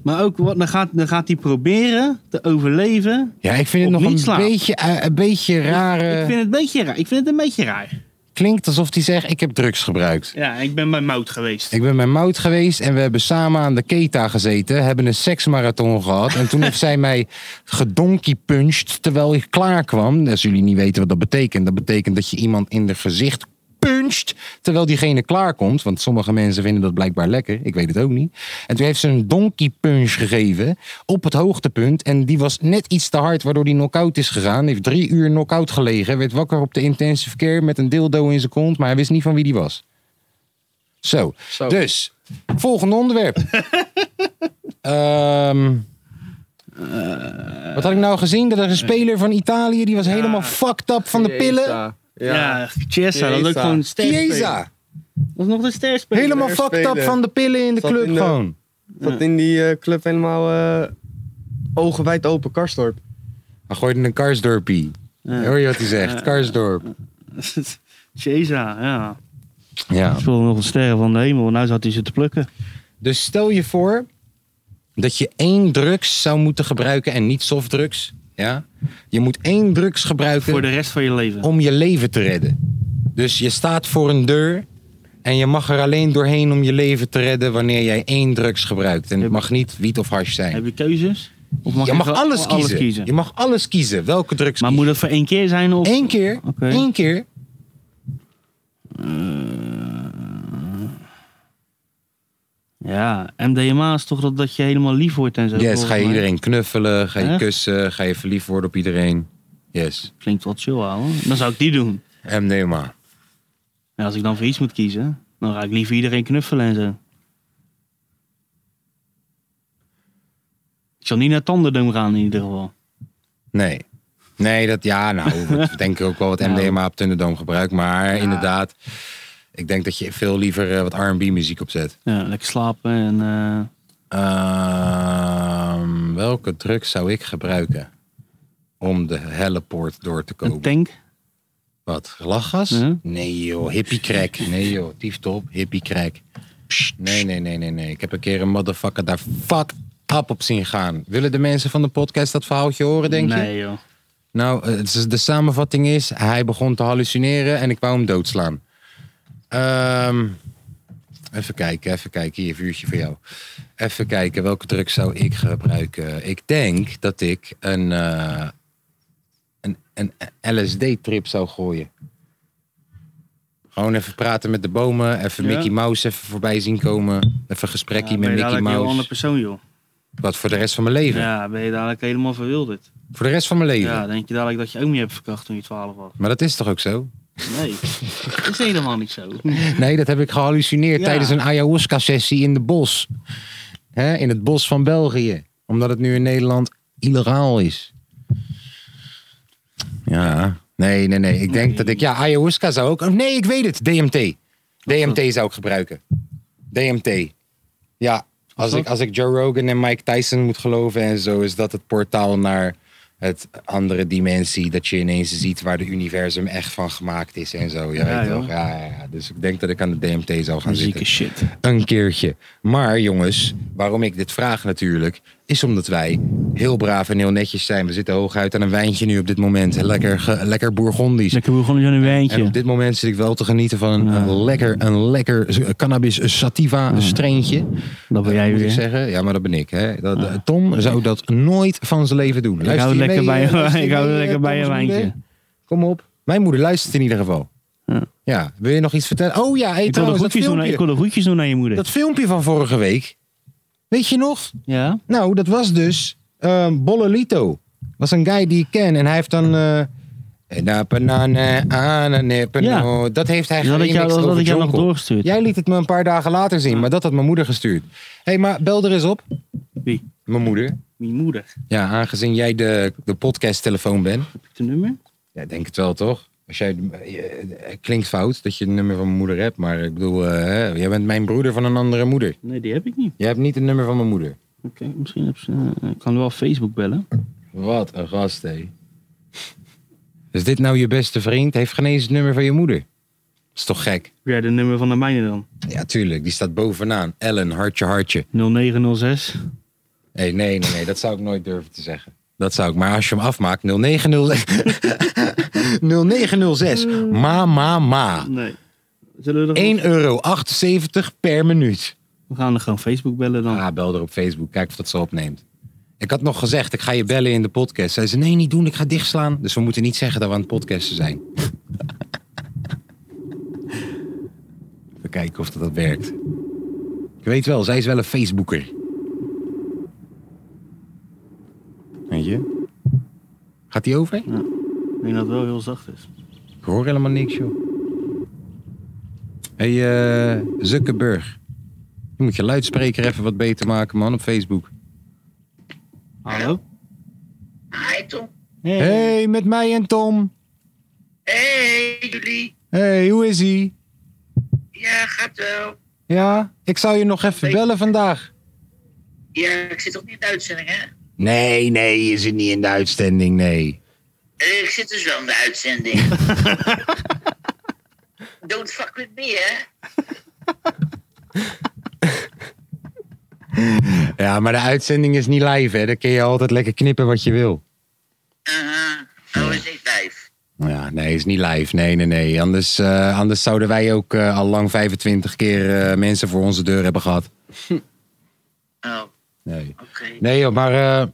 Maar ook, wat, dan, gaat, dan gaat hij proberen te overleven.
Ja, ik vind het
Op
nog
niet
een
slaan.
beetje, eh, een beetje raar. eh,
Ik vind het een beetje raar. Ik vind het een beetje raar.
Klinkt alsof hij zegt, ik heb drugs gebruikt.
Ja, ik ben bij Mout geweest.
Ik ben met Mout geweest en we hebben samen aan de Keta gezeten. Hebben een seksmarathon gehad. En toen heeft zij mij gedonkie-punched terwijl ik klaar kwam. Als jullie niet weten wat dat betekent. Dat betekent dat je iemand in de gezicht puncht terwijl diegene klaar komt. Want sommige mensen vinden dat blijkbaar lekker. Ik weet het ook niet. En toen heeft ze een donkey-punch gegeven op het hoogtepunt. En die was net iets te hard waardoor die knock-out is gegaan. Heeft drie uur knock-out gelegen. Werd wakker op de intensive care met een dildo in zijn kont. Maar hij wist niet van wie die was. Zo.
Zo.
Dus, volgende onderwerp.
(laughs)
Ehm,
Eh,
wat had ik nou gezien? Dat er een speler van Italië, die was helemaal fucked up van de pillen.
Chiesa.
Ja,
Ja.
Chiesa, dat is ook
Chiesa.
gewoon een sterspeler.
Chiesa,
Dat is nog een sterspeler.
helemaal
Een
fucked up
speler.
van de pillen in de
Zat
club
in de-
gewoon.
Zat in die eh, club helemaal eh, ogen wijd open, Karstorp.
Hij gooide een Karsdorpie. Hoor je wat hij zegt? Karsdorp.
(laughs) Chiesa, ja.
Ja.
Ik nog een sterren van de hemel. Nou zat hij ze te plukken.
Dus stel je voor dat je één drugs zou moeten gebruiken en niet softdrugs. Ja? Je moet één drugs gebruiken.
Voor de rest van je leven.
om je leven te redden. Dus je staat voor een deur en je mag er alleen doorheen om je leven te redden wanneer jij één drugs gebruikt. En het mag niet wiet of hash zijn.
Heb je keuzes? Of mag
Je mag alles
wel
kiezen. Je mag alles kiezen. Welke drugs
Maar
kies
moet
je?
dat voor één keer zijn? Of...
Eén keer.
Oké.
Één keer.
Ja, MDMA is toch dat, dat je helemaal lief wordt en zo.
Yes,
volgens
ga je
mij.
iedereen knuffelen, ga je
Echt?
kussen, ga je verliefd worden op iedereen. Yes.
Klinkt wel chill, ouwe. Dan zou ik die doen.
MDMA.
En als ik dan voor iets moet kiezen, dan ga ik liever iedereen knuffelen en zo. Ik zal niet naar Thunderdome gaan in ieder geval.
Nee. Nee, dat ja, nou,
(laughs)
ik denk ook wel wat
Nou.
MDMA op Thunderdome gebruikt. Maar inderdaad, ik denk dat je veel liever eh, wat R&B muziek opzet.
Ja, lekker slapen en... eh,
Ehm, welke druk zou ik gebruiken om de hellepoort door te
een Mhm.
komen?
tank.
Wat, lachgas?
Ja.
Nee joh, hippie crack. Nee joh, tieftop, hippie crack. Psst, Nee, nee, nee, nee, nee. Ik heb een keer een motherfucker daar fuck up op zien gaan. Willen de mensen van de podcast dat verhaaltje horen, denk je?
nee, joh.
Nou, eh, het is- de samenvatting is, hij begon te hallucineren en ik wou hem doodslaan. Ehm, Even kijken, even kijken. Hier, vuurtje voor jou. Even kijken, welke druk zou ik gebruiken? Ik denk dat ik een, eh, een, een LSD-trip zou gooien. Gewoon even praten met de bomen, even
Ja.
Mickey Mouse even voorbij zien komen. Even een gesprekje
ben
met
je
Mickey
dadelijk een heel
Mouse.
ander persoon, joh.
Wat voor de rest van mijn leven?
Ja, ben je dadelijk helemaal verwilderd.
Voor de rest van mijn leven.
Ja, denk je dadelijk dat je oom je hebt verkracht toen je 12 was?
Maar dat is toch ook zo? (laughs)
Nee, dat is helemaal niet zo.
Nee, dat heb ik gehallucineerd
Ja.
tijdens een ayahuasca-sessie in de bos. Hè, in het bos van België. Omdat het nu in Nederland illegaal is. Ja, nee, nee, nee. Ik denk
Nee.
dat ik... Ja, ayahuasca zou ook... Oh, nee, ik weet het. DMT. DMT zou ik gebruiken. DMT. Ja, als ik, als ik Joe Rogan en Mike Tyson moet geloven en zo... is dat het portaal naar het andere dimensie. Dat je ineens ziet waar de universum echt van gemaakt is en zo. Je
Ja,
weet
joh.
toch? Ja, ja, ja. Dus ik denk dat ik aan de DMT zou gaan zitten.
Zieke shit.
Een keertje. Maar jongens, waarom ik dit vraag natuurlijk, is omdat wij heel braaf en heel netjes zijn. We zitten hooguit aan een wijntje nu op dit moment. Lekker, ge- lekker bourgondisch.
Lekker we gewoon een
En op
wijntje.
dit moment zit ik wel te genieten van een,
Ja.
een lekker, een lekker cannabis sativa streentje.
Dat ben jij
Moet ik
weer.
zeggen. Ja, maar dat ben ik. Hè. Dat, eh, Tom zou dat nooit van zijn leven doen.
Ik hou
je
lekker
mee,
bij,
eh, luister je
(laughs) ik hou
mee, eh,
lekker bij een
Tom's moeder?
wijntje.
Kom op. Mijn moeder luistert in ieder geval.
Ja.
Ja. Wil je nog iets vertellen? Oh ja, hey,
Ik wilde
trouwens, dat
groetjes doen,
filmpje.
ik wilde groetjes doen aan je moeder.
Dat filmpje van vorige week, weet je nog?
Ja?
Nou, dat was dus ehm Bollelito. was een guy die ik ken en hij heeft dan... eh, na banane, anane, pano. Dat heeft hij
Dat had ik
geremixt
jou, dat had
over
ik jou nog
Jonkel.
doorgestuurd.
Jij liet het me een paar dagen later zien, maar dat had mijn moeder gestuurd. Hé, hey, maar bel er eens op.
Wie?
Mijn moeder.
Mijn moeder. Heb
Ja, aangezien jij de, de podcasttelefoon bent.
ik de nummer?
Ja, denk het wel, toch? Als jij, eh, het klinkt fout dat je het nummer van mijn moeder hebt, maar ik bedoel, eh, hè, jij bent mijn broeder van een andere moeder.
Nee, die heb ik niet.
Jij hebt niet het nummer van mijn moeder.
Oké, misschien heb ze... eh, ik kan wel Facebook bellen.
Wat een gast, hé. Is dit nou je beste vriend? Heeft geen eens het nummer van je moeder. is toch gek?
Heb jij de nummer van de mijne dan?
Ja, tuurlijk. Die staat bovenaan. Ellen, hartje, hartje.
0906.
Hey, nee, nee, nee. Dat zou ik nooit durven te zeggen. Dat zou ik. Maar als je hem afmaakt, (laughs) 0906. 0906. Ma, ma, ma.
Nee. Zullen we, er
1,78 euro per minuut.
we gaan er gewoon Facebook bellen dan.
Ah, bel er op Facebook. Kijk of dat ze opneemt. Ik had nog gezegd, ik ga je bellen in de podcast. Zei ze, nee, niet doen. Ik ga dichtslaan. Dus we moeten niet zeggen dat we aan het podcasten zijn. (laughs) Even kijken of dat, dat werkt. Ik weet wel, zij is wel een Facebooker. Weet je? Gaat die over?
Ik denk dat het wel heel zacht is.
Ik hoor helemaal niks, joh. Hé, hey, eh, Zuckerberg. Je moet je luidspreker even wat beter maken, man, op Facebook.
Hallo?
Hi Tom.
Hey, met mij en Tom.
Hey jullie.
Hey, hoe is ie?
Ja, gaat wel.
Ja, ik zou je nog even bellen vandaag.
Ja, ik zit toch niet in de uitzending, hè?
Nee, nee, je zit niet in de uitzending, nee.
Eh, Ik zit dus wel in de uitzending. Don't fuck with me, hè?
Ja, maar de uitzending is niet live, hè. Dan kun je altijd lekker knippen wat je wil.
Uh-huh. Oh, is niet vijf.
Ja, nee, is niet live. Nee, nee, nee. Anders, eh, anders zouden wij ook eh, al lang 25 keer eh, mensen voor onze deur hebben gehad.
Oh,
Nee.
oké.
Nee, joh, maar... eh,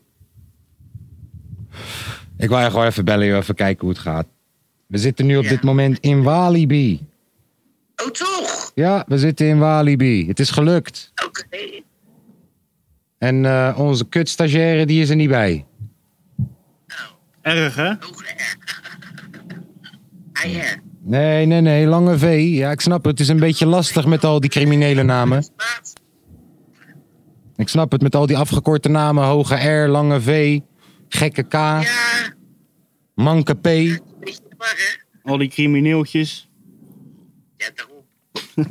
ik wil je gewoon even bellen, joh. Even kijken hoe het gaat. We zitten nu op
Ja.
dit moment in Walibi.
Oh, toch?
Ja, we zitten in Walibi. Het is gelukt.
Oké.
En eh, onze kutstagiaire die is er niet bij.
Erg, hè?
Oh, (laughs) ja. Ah, ja.
Nee, nee, nee. Lange V. Ja, ik snap het. Het is een beetje lastig met al die criminele namen.
Maat,
Ik snap het. Met al die afgekorte namen. Hoge R, lange V, gekke K,
ja.
manke P.
Weet je maar, hè?
Al die crimineeltjes.
Ja, daarom.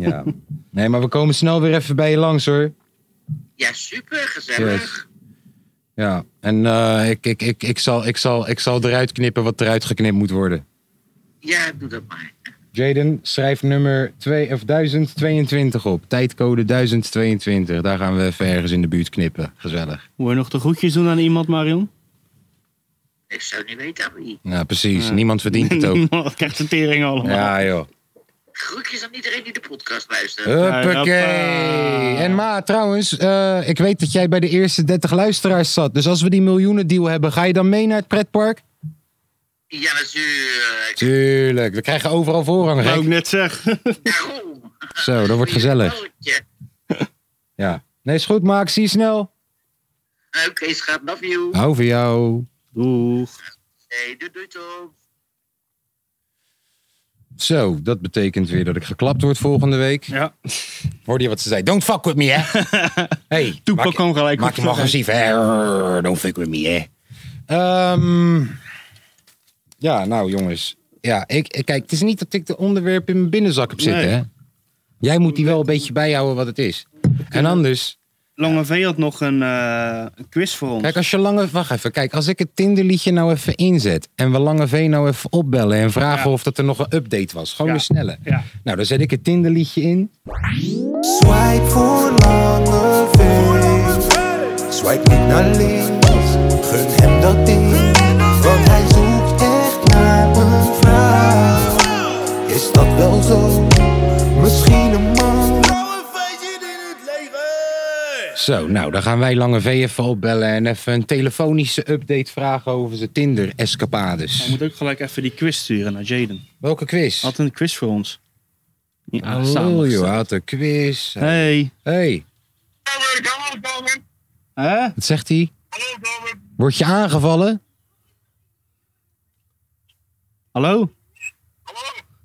Ja. Nee, maar we komen snel weer even bij je langs hoor.
Ja, super, gezellig.
Ja. En eh, ik, ik, ik, ik, zal, ik, zal, ik zal eruit knippen wat eruit geknipt moet worden.
Ja, doe dat maar.
Jaden, schrijf nummer 2 of 1022 op. Tijdcode 1022. Daar gaan we even ergens in de buurt knippen. Gezellig.
Moet je nog de groetjes doen aan iemand, Marion?
Ik zou niet weten aan wie.
(laughs) Nou,
Ja, precies. Nou, Niemand verdient het ook.
Niemand krijgt zijn tering allemaal.
Ja, joh.
Groetjes aan iedereen die de podcast luistert.
Huppakee.
Hoppa.
En Ma, trouwens, eh, ik weet dat jij bij de eerste 30 luisteraars zat. Dus als we die miljoenen deal hebben, ga je dan mee naar het pretpark?
Ja, natuurlijk.
Tuurlijk, we krijgen overal voorrang.
Wou ik
Rick.
net zeggen.
Daarom.
Zo, Oh, dat wordt gezellig. Ja. Nee, is goed, Ma. Ik zie je snel.
Oké, schat, love you.
Hou van jou.
(laughs) Doeg.
Hey, doei, doei, Tom.
Zo, dat betekent weer dat ik geklapt word volgende week.
Ja.
Hoorde je wat ze zei? Don't fuck with me,
(laughs)
hè? hey,
Toepak
maak-
kwam gelijk
Maak
op
je hem
terug, hè?
agressief, hè? Rrr, Don't fuck with me, hè? Ehm, ja, nou jongens. Ja, ik, ik- kijk, het is niet dat ik de onderwerp in mijn binnenzak heb zitten,
Nee.
hè? Jij moet die wel een beetje bijhouden wat het is. En anders,
Lange V had nog een, eh, een quiz voor ons.
kijk, als je lange... Wacht even, kijk, als ik het Tinderliedje nou even inzet... en we Lange V nou even opbellen en vragen
Ja.
of dat er nog een update was. Gewoon
Ja.
een snelle.
Ja.
Nou, dan zet ik het Tinderliedje in.
Swipe voor lange V. Swipe niet naar links. Gun hem dat ding. Want hij zoekt echt naar een vrouw. Is dat wel zo? Misschien een man.
Zo, nou, dan gaan wij Lange V even opbellen en even een telefonische update vragen over zijn
Hij
Tinder-escapades.
moet ook gelijk even die quiz sturen naar Jaden.
Welke quiz?
Had een quiz voor ons. Ja,
Oh, joh, hij had een quiz. Hé,
Hey.
hey,
Hallo, Tom.
Hè?
wat zegt hij?
Hallo, Tom.
Word je aangevallen?
Hallo?
Hallo.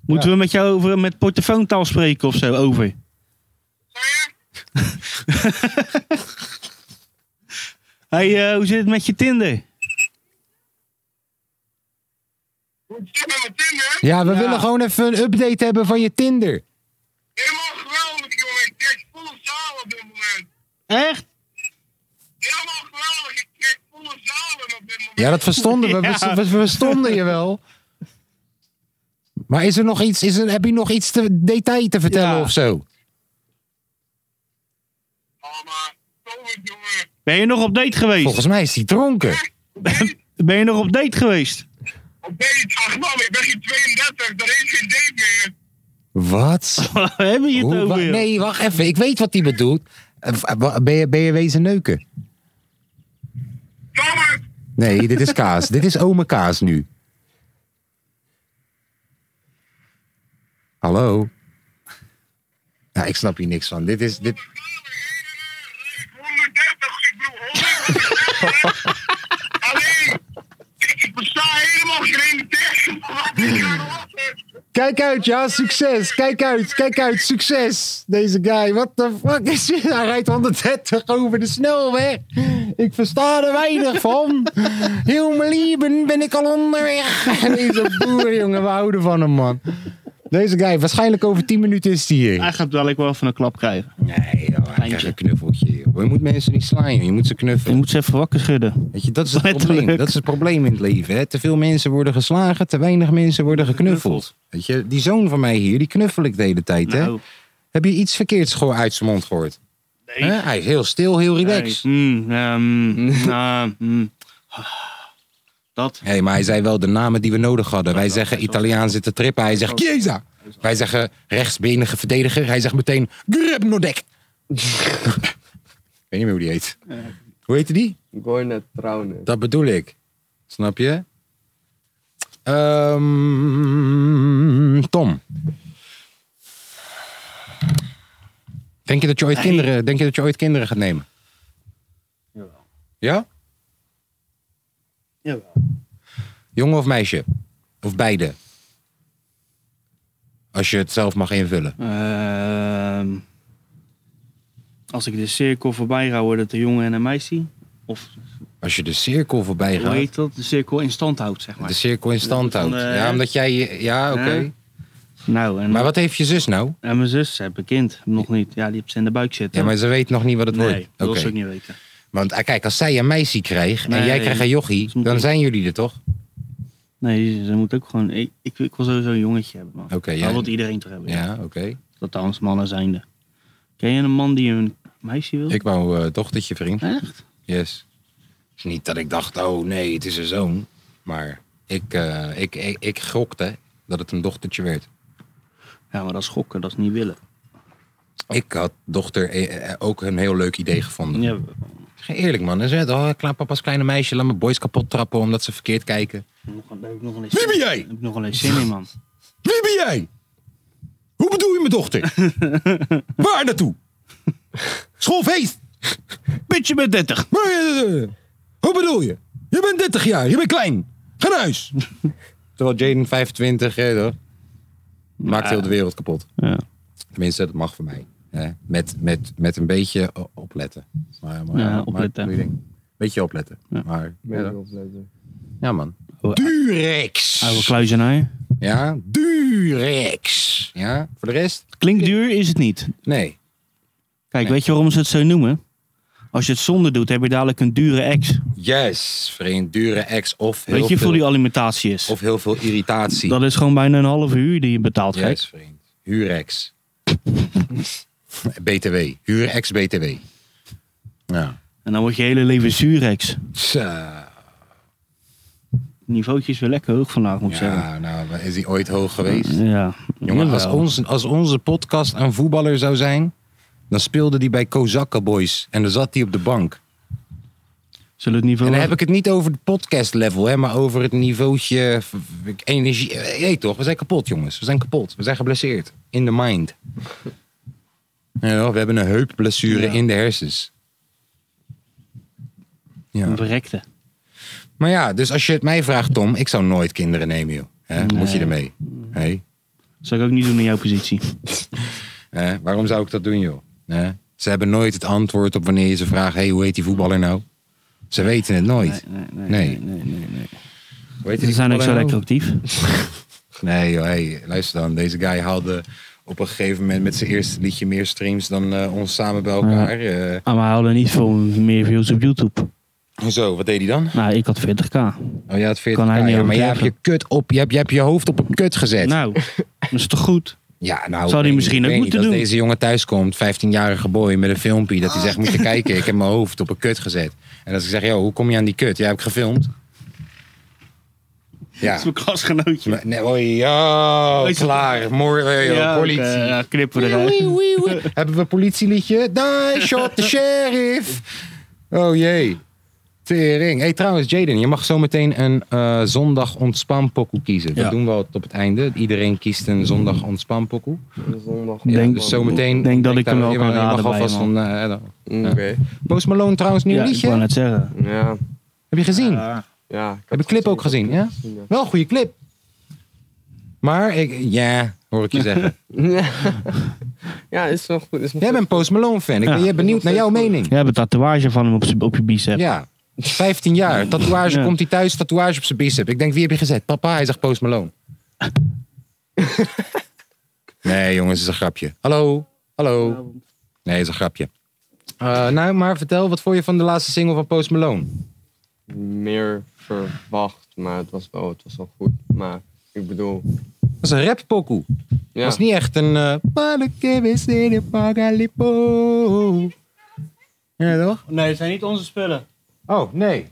Moeten we met jou over, met portofoontaal spreken of zo? Over. hey, eh, hoe zit het met je Tinder?
Hoe zit het met mijn Tinder?
Ja, we
Ja.
willen gewoon even een update hebben van je Tinder.
Helemaal geweldig, jongen. Ik krijg volle zalen op dit moment.
Echt?
Helemaal geweldig. Ik krijg volle zalen op dit moment.
Ja, dat verstonden we. We-
(laughs) Ja.
We, we verstonden je wel. Maar is er nog iets, is er, heb je nog iets te detail te vertellen
Ja.
of zo?
Oh, maar. Thomas, jongen.
Ben je nog op date geweest?
Volgens mij is hij dronken.
Ben je nog op date geweest? (laughs)
Op date. Ach, man, ik ben geen 32. Er is geen date meer.
Wat?
Waar hebben we
Hoe-
het
wa-
over? joh?
nee, wacht even. Ik weet wat hij bedoelt. Eh, wa- Ben je, ben je wezen neuken?
Thomas.
Nee, dit is kaas. dit is ome kaas nu. Hallo? Ja, ik snap hier niks van. Dit is... Dit...
130, ik bedoel 130. Alleen, ik besta helemaal geen tekst van wat ik aan had.
Kijk uit, ja, succes. Kijk uit, kijk uit, succes. Deze guy, what the fuck is dit? Hij rijdt 130 over de snelweg. Ik versta er weinig van. Heel mijn lieben, ben ik al onderweg. En deze boer, jongen, we houden van hem, man. Deze guy, waarschijnlijk over 10 minuten is hij hier.
Hij gaat wel ik wel even een klap krijgen.
Nee, joh, hij krijgt een knuffeltje. joh. Je moet mensen niet slaan, joh. je moet ze
Je
knuffelen.
moet ze even wakker schudden.
Weet je, dat is het
Letterlijk.
probleem. Dat is het probleem in het leven. Hè? Te veel mensen worden geslagen, te weinig mensen worden geknuffeld. Weet je, die zoon van mij hier, die knuffel ik de hele tijd. Hè?
Nou,
Heb je iets verkeerds geho- uit zijn mond gehoord?
Nee.
Hè? Hij is heel stil, heel relaxed.
Hey,
(laughs)
mm, ehm, nou, mm. Dat.
Hé, maar hij zei wel de namen die we nodig hadden. Wij zeggen Italiaan zit te trippen. Hij zegt Chiesa. Wij zeggen rechtsbenige verdediger. Hij zegt meteen Grubnodek. (laughs) Ik weet niet meer hoe die heet. Hoe heette die?
Goorne Trouwne.
Dat bedoel ik. Snap je? Ehm, Tom. Denk je, dat je ooit kinderen, denk je dat je ooit kinderen gaat nemen? Ja?
Jawel.
Jongen of meisje? Of beide? Als je het zelf mag invullen.
Ehm, als ik de cirkel voorbij ga, wordt het een jongen en een meisje. Of
Als je de cirkel voorbij
hoe
gaat.
heet dat? De cirkel in stand houdt, zeg maar.
De cirkel in stand
Van
houdt.
de-
Ja, omdat jij... je- Ja, oké.
Hè? Nou, en,
Maar wat heeft je zus nou?
en mijn zus, ze heeft een kind. Nog niet. Ja, die heeft ze in de buik zitten.
Ja, maar ze weet nog niet wat het
nee,
wordt.
dat wil
Oké.
ze ook niet weten.
Want ah, kijk, als zij een meisje krijgt en
Nee.
jij krijgt een jochie,
Ze moet
dan
niet-
zijn jullie er toch?
Nee, ze moet ook gewoon... Ik, ik, ik wil sowieso een jongetje hebben, man.
Oké,
Dat
ja.
wil iedereen toch hebben.
Ja, oké.
Dat trouwens mannen zijnde. Ken je een man die een meisje wil?
Ik wou eh, dochtertje, vriend.
Echt?
Yes. Is Niet dat ik dacht, oh nee, het is een zoon. Maar ik, eh, ik, ik, ik gokte dat het een dochtertje werd.
Ja, maar dat is gokken, dat is niet willen.
Ik had dochter eh, eh, ook een heel leuk idee gevonden.
Ja,
Geen Eerlijk man, ze zei, oh, klaar, papa's kleine meisje, laat mijn boys kapot trappen omdat ze verkeerd kijken.
nog een, daar heb ik nog een
Wie ben jij?
Heb ik nog een zin in, man.
Wie ben jij? Hoe bedoel je mijn dochter? Waar naartoe? Schoolfeest!
Bitje met 30.
Maar, eh, eh, Hoe bedoel je? Je bent 30 jaar, je bent klein. Ga naar huis. (laughs) Terwijl Jaden 25, hè, toch? maakt heel de wereld kapot.
Ja.
Tenminste, dat mag voor mij. hè. Met, met, met een beetje o- opletten. Maar, maar,
Ja,
maar-
opletten.
maar ik denk, beetje opletten.
Ja.
Maar, ja,
Beetje
toch?
opletten.
ja, man.
Oude-
Durex!
Oude kluizenaar.
Ja, Durex. Ja, voor de rest?
Klinkt duur, is het niet.
Nee.
Kijk,
Nee.
weet je waarom ze het zo noemen? Als je het zonder doet, heb je dadelijk een dure ex.
Yes, vriend. Dure ex of heel
Weet je
veel,
hoeveel die alimentatie is?
of heel veel irritatie.
Dat is gewoon bijna een half uur die je betaalt, gek.
yes, vriend. (laughs) Hurex. BTW. Hurex BTW. Ja.
En dan wordt je hele leven zuurex.
Zo.
Niveautje is weer lekker hoog vandaag, moet ik zeggen.
Ja, nou, is die ooit hoog geweest?
Ja.
Jongen, als,
Jawel.
ons, als onze podcast een voetballer zou zijn, dan speelde die bij Kozakken Boys. En dan zat hij op de bank.
Zullen we het
En
niveau...
dan heb ik het niet over het podcast level, hè, maar over het niveautje v- v- energie. Eh, Nee toch, we zijn kapot jongens. We zijn kapot. We zijn geblesseerd. In the mind. (laughs) Ja, we hebben een heupblessure
Ja.
in de hersens. Ja.
Een verrekte.
Maar ja, dus als je het mij vraagt Tom, ik zou nooit kinderen nemen joh. Hè, Moet je
Nee.
ermee. Hey.
Dat zou ik ook niet doen in jouw positie.
Hè, waarom zou ik dat doen, joh? Hè? Ze hebben nooit het antwoord op wanneer je ze vraagt: hey, hoe heet die voetballer nou? Ze weten het nooit.
Nee, nee,
Nee.
nee. nee, nee, nee.
Hoe heet
Ze
die
zijn ook zo
voetballer
lekker
nou?
actief.
Nee, joh, hey, luister dan. Deze guy haalde op een gegeven moment met zijn eerste liedje meer streams dan eh, ons samen bij elkaar. Eh,
Ah, maar houden niet veel meer views op YouTube.
zo, wat deed hij dan?
Nou, ik had 40k.
Oh, ja, het 40k.
Kan hij niet
ja, maar jij hebt
overtreffen.
je kut op. Je hebt, je hebt je hoofd op een kut gezet. (laughs)
Nou, dat is toch goed?
ja, nou.
zou hij
ik weet
misschien
niet,
ook
ik weet
moeten
niet,
doen.
Als deze jongen thuiskomt, 15-jarige boy met een filmpje, dat hij zegt:
(laughs)
moet je kijken, ik heb mijn hoofd op een kut gezet. En als ik zeg: joh, hoe kom je aan die kut? Ja, heb ik gefilmd.
Dat (laughs)
Ja.
is mijn klasgenootje.
Maar- Nee, oh, ja,
Weet je-
klaar. Morgen, eh,
Ja, oké,
politie.
ja, knippen we eruit.
Wee, wee, wee. (laughs) Hebben we een politieliedje? Die shot
(laughs)
the sheriff. Oh jee. Tering. Hey, trouwens, Jaden, je mag zo meteen een eh, zondag ontspanpokoe kiezen. Dat
Ja.
doen we altijd op het einde. Iedereen kiest een zondag ontspanpokoe.
Zondag.
Ja,
Denk-
dus zometeen.
denk dat ik
daar-
hem wel
je
kan
mag- je mag
raden bij
alvast
hem,
een, eh, dan.
Mm, Oké.
Post Malone trouwens, nieuw
Ja, ik
liedje.
wou net zeggen.
Ja.
Heb je gezien?
Ja.
Ja. ik
Heb je
het
clip ook gezien, ja?
gezien,
Wel een goede clip. Maar, ik, ja, hoor ik je
(laughs)
zeggen.
Ja, is nog goed. Is nog
Jij
goed.
bent Post Malone fan. Ik ben
Ja.
jij benieuwd naar jouw mening.
Jij hebt een tatoeage van hem op, z'n- op je bicep.
Ja, 15 jaar. Tatoeage
Ja.
komt hij thuis, tatoeage op zijn bicep. Ik denk, wie heb je gezet? Papa, hij zegt Post Malone. nee, jongens, het is een grapje. Hallo, hallo. Nee, het is een grapje. Eh, nou, maar vertel, wat vond je van de laatste single van Post Malone?
meer verwacht, maar het was wel, het was wel goed. Maar ik bedoel,
Dat is een rap pokoe.
ja.
Dat is niet echt een... eh, Paleke we zijn de pagalipo. Ja, toch?
Nee, het zijn niet onze spullen.
Oh, nee.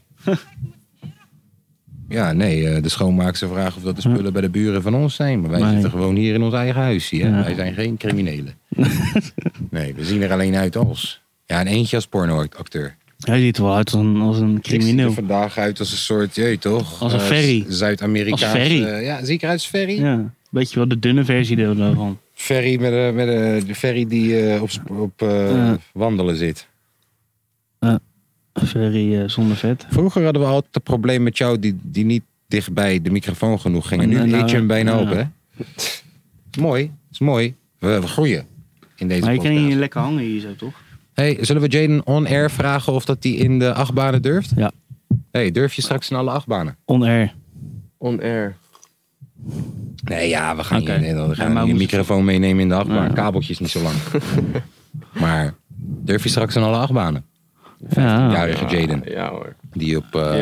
ja, nee, eh, de schoonmaakster vraagt of dat de spullen bij de buren van ons zijn. Maar wij
Nee.
zitten gewoon hier in ons eigen huisje. hè.
Ja.
Wij zijn geen criminelen.
(laughs)
nee, we zien er alleen uit als. Ja, en eentje als pornoacteur.
Hij ziet er wel uit als een, als een
Ik zie er
crimineel.
vandaag uit als een soort, je weet toch?
Als een
eh,
ferry.
Zuid-Amerikaanse.
Als ferry.
eh, ja, zie ik eruit als ferry?
Ja, weet je wel, de dunne versie daarvan.
Ferry met, eh, met eh, de ferry die eh, op, sp- op eh,
Ja.
wandelen zit.
Ferry eh, zonder vet.
Vroeger hadden we altijd het probleem met jou die, die niet dichtbij de microfoon genoeg ging. En nu
Nou,
eet je hem bijna
ja.
op, hè? mooi, is mooi. We, we groeien in deze
Maar je kan
podcast.
hier lekker hangen hier zo, toch?
Hey, zullen we Jaden on-air vragen of dat hij in de achtbanen durft?
Ja.
Hey, durf je straks in alle achtbanen?
On air.
on air.
Nee, ja, we gaan
Oké.
je, nee, dan
Ja,
gaan
maar
je
moet-
microfoon meenemen in de achtbaan.
Ja.
Kabeltjes niet zo lang. (laughs) maar durf je straks in alle achtbanen?
Ja.
Jarige Jaden,
Ja hoor.
die op... eh,
ja.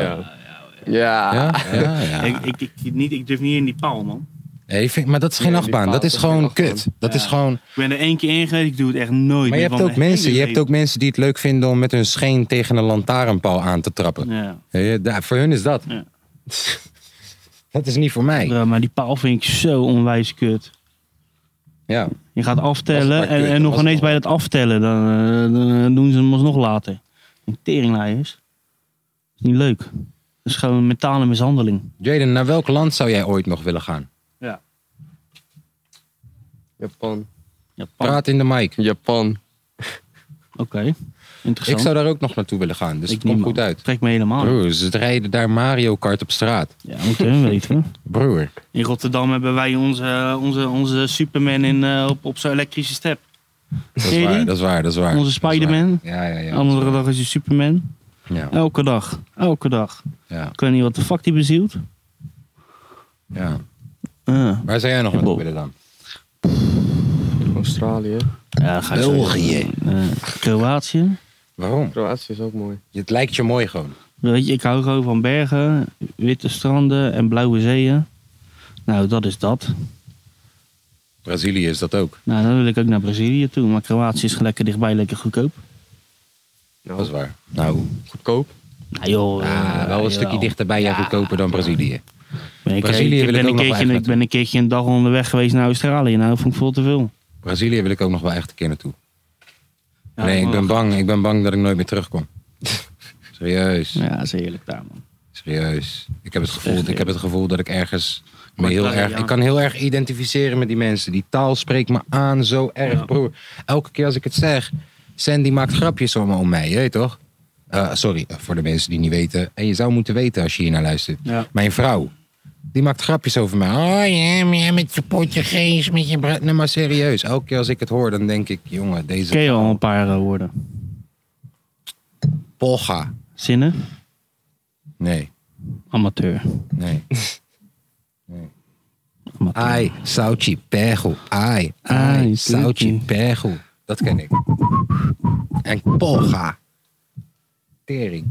Ja.
Ja, ja, ja.
Ik, ik, ik, niet, ik durf niet in die paal, man.
Hey, vind- maar dat is geen
Nee, die
achtbaan.
paal,
Dat is
dat is
gewoon
geen
kut.
achtbaan.
Dat is
Ja.
gewoon...
Ik ben er één keer ingegaan, ik doe het echt nooit
Maar je
meer
hebt
van
ook
mijn
mensen, je
hele
hebt ook mensen die het leuk vinden om met hun scheen tegen een lantaarnpaal aan te trappen.
leven. Ja.
Weet je, daar- voor hun is dat.
Ja.
(laughs) Dat is niet voor mij.
Ja, maar die paal vind ik zo onwijs kut.
Ja.
Je gaat
Was
aftellen
het maar
en,
kut,
en
was
nog
het
ineens
maar.
bij dat aftellen. Dan, eh, dan doen ze hem alsnog later. Een teringleiers. is niet leuk. Dat is gewoon een mentale mishandeling.
Jaden, naar welk land zou jij ooit nog willen gaan?
Japan.
Japan.
Praat in de mic.
Japan.
Oké. Interessant.
Ik zou daar ook nog naartoe willen gaan, dus
Ik
het komt
niet,
goed
man.
uit.
Trek me helemaal. uit.
Broer, ze rijden daar Mario Kart op straat.
Ja, moet
(laughs)
hun weten.
Broer.
In Rotterdam hebben wij onze, onze, onze Superman in, eh, op, op zijn elektrische step.
Dat
Ken
is
je
waar,
die?
dat is waar, dat is waar.
Onze
Dat is waar.
Spider-Man.
Ja, ja, ja.
Andere dag is hij Superman.
Ja,
Elke dag. Elke dag.
ja,
Ik weet niet wat de fuck die bezielt.
ja.
Ah.
Waar zou jij nog naartoe
Bol.
willen dan?
Australië.
Ja, ga ik zo-
België.
Eh, Kroatië.
Waarom?
Kroatië is ook mooi.
Het lijkt je mooi gewoon.
Weet je, ik hou gewoon van bergen, witte stranden en blauwe zeeën. Nou, dat is dat.
Brazilië is dat ook.
Nou, dan wil ik ook naar Brazilië toe. Maar Kroatië is lekker dichtbij, lekker goedkoop.
Nou,
Dat is waar. Nou,
goedkoop.
Nou joh.
ah,
eh,
wel een
jawel.
stukje dichterbij en goedkoper dan Brazilië.
Ben ik,
Brazilië
ik
wil ik
ben
ook
een
nog
keertje,
wel
ik
echt
ben een keertje een dag onderweg geweest naar Australië. Nou, vond ik veel te veel.
Brazilië wil ik ook nog wel echt een keer naartoe.
Ja,
nee, ik
maar-
ben bang. Ik ben bang dat ik nooit meer
(laughs)
terugkom. Serieus.
Ja, dat is heerlijk daar, man.
Serieus. Ik heb het gevoel,
echt
ik heb het gevoel dat ik ergens me
Maar
heel
dat-
erg.
ja.
Ik kan heel erg identificeren met die mensen. Die taal spreekt me aan zo erg, broer. Elke keer als ik het zeg, Sandy maakt grapjes om, om mij, je weet toch? Eh, sorry eh, voor de mensen die niet weten. En je zou moeten weten als je hier naar luistert.
Ja.
Mijn vrouw, die maakt grapjes over mij. Oh ja, maar jij met je potje geest, met je. bra- Nee, maar serieus. Elke keer als ik het hoor, dan denk ik, jongen,
Ken
deze
je al een paar eh, woorden?
polga.
Zinnen?
Nee,
Amateur.
nee.
Amateur.
Ai, Sauchi Perro. Ai, ai,
Ai,
Sauchi
Sauti.
Perro. Dat ken ik. En Polga. Tering.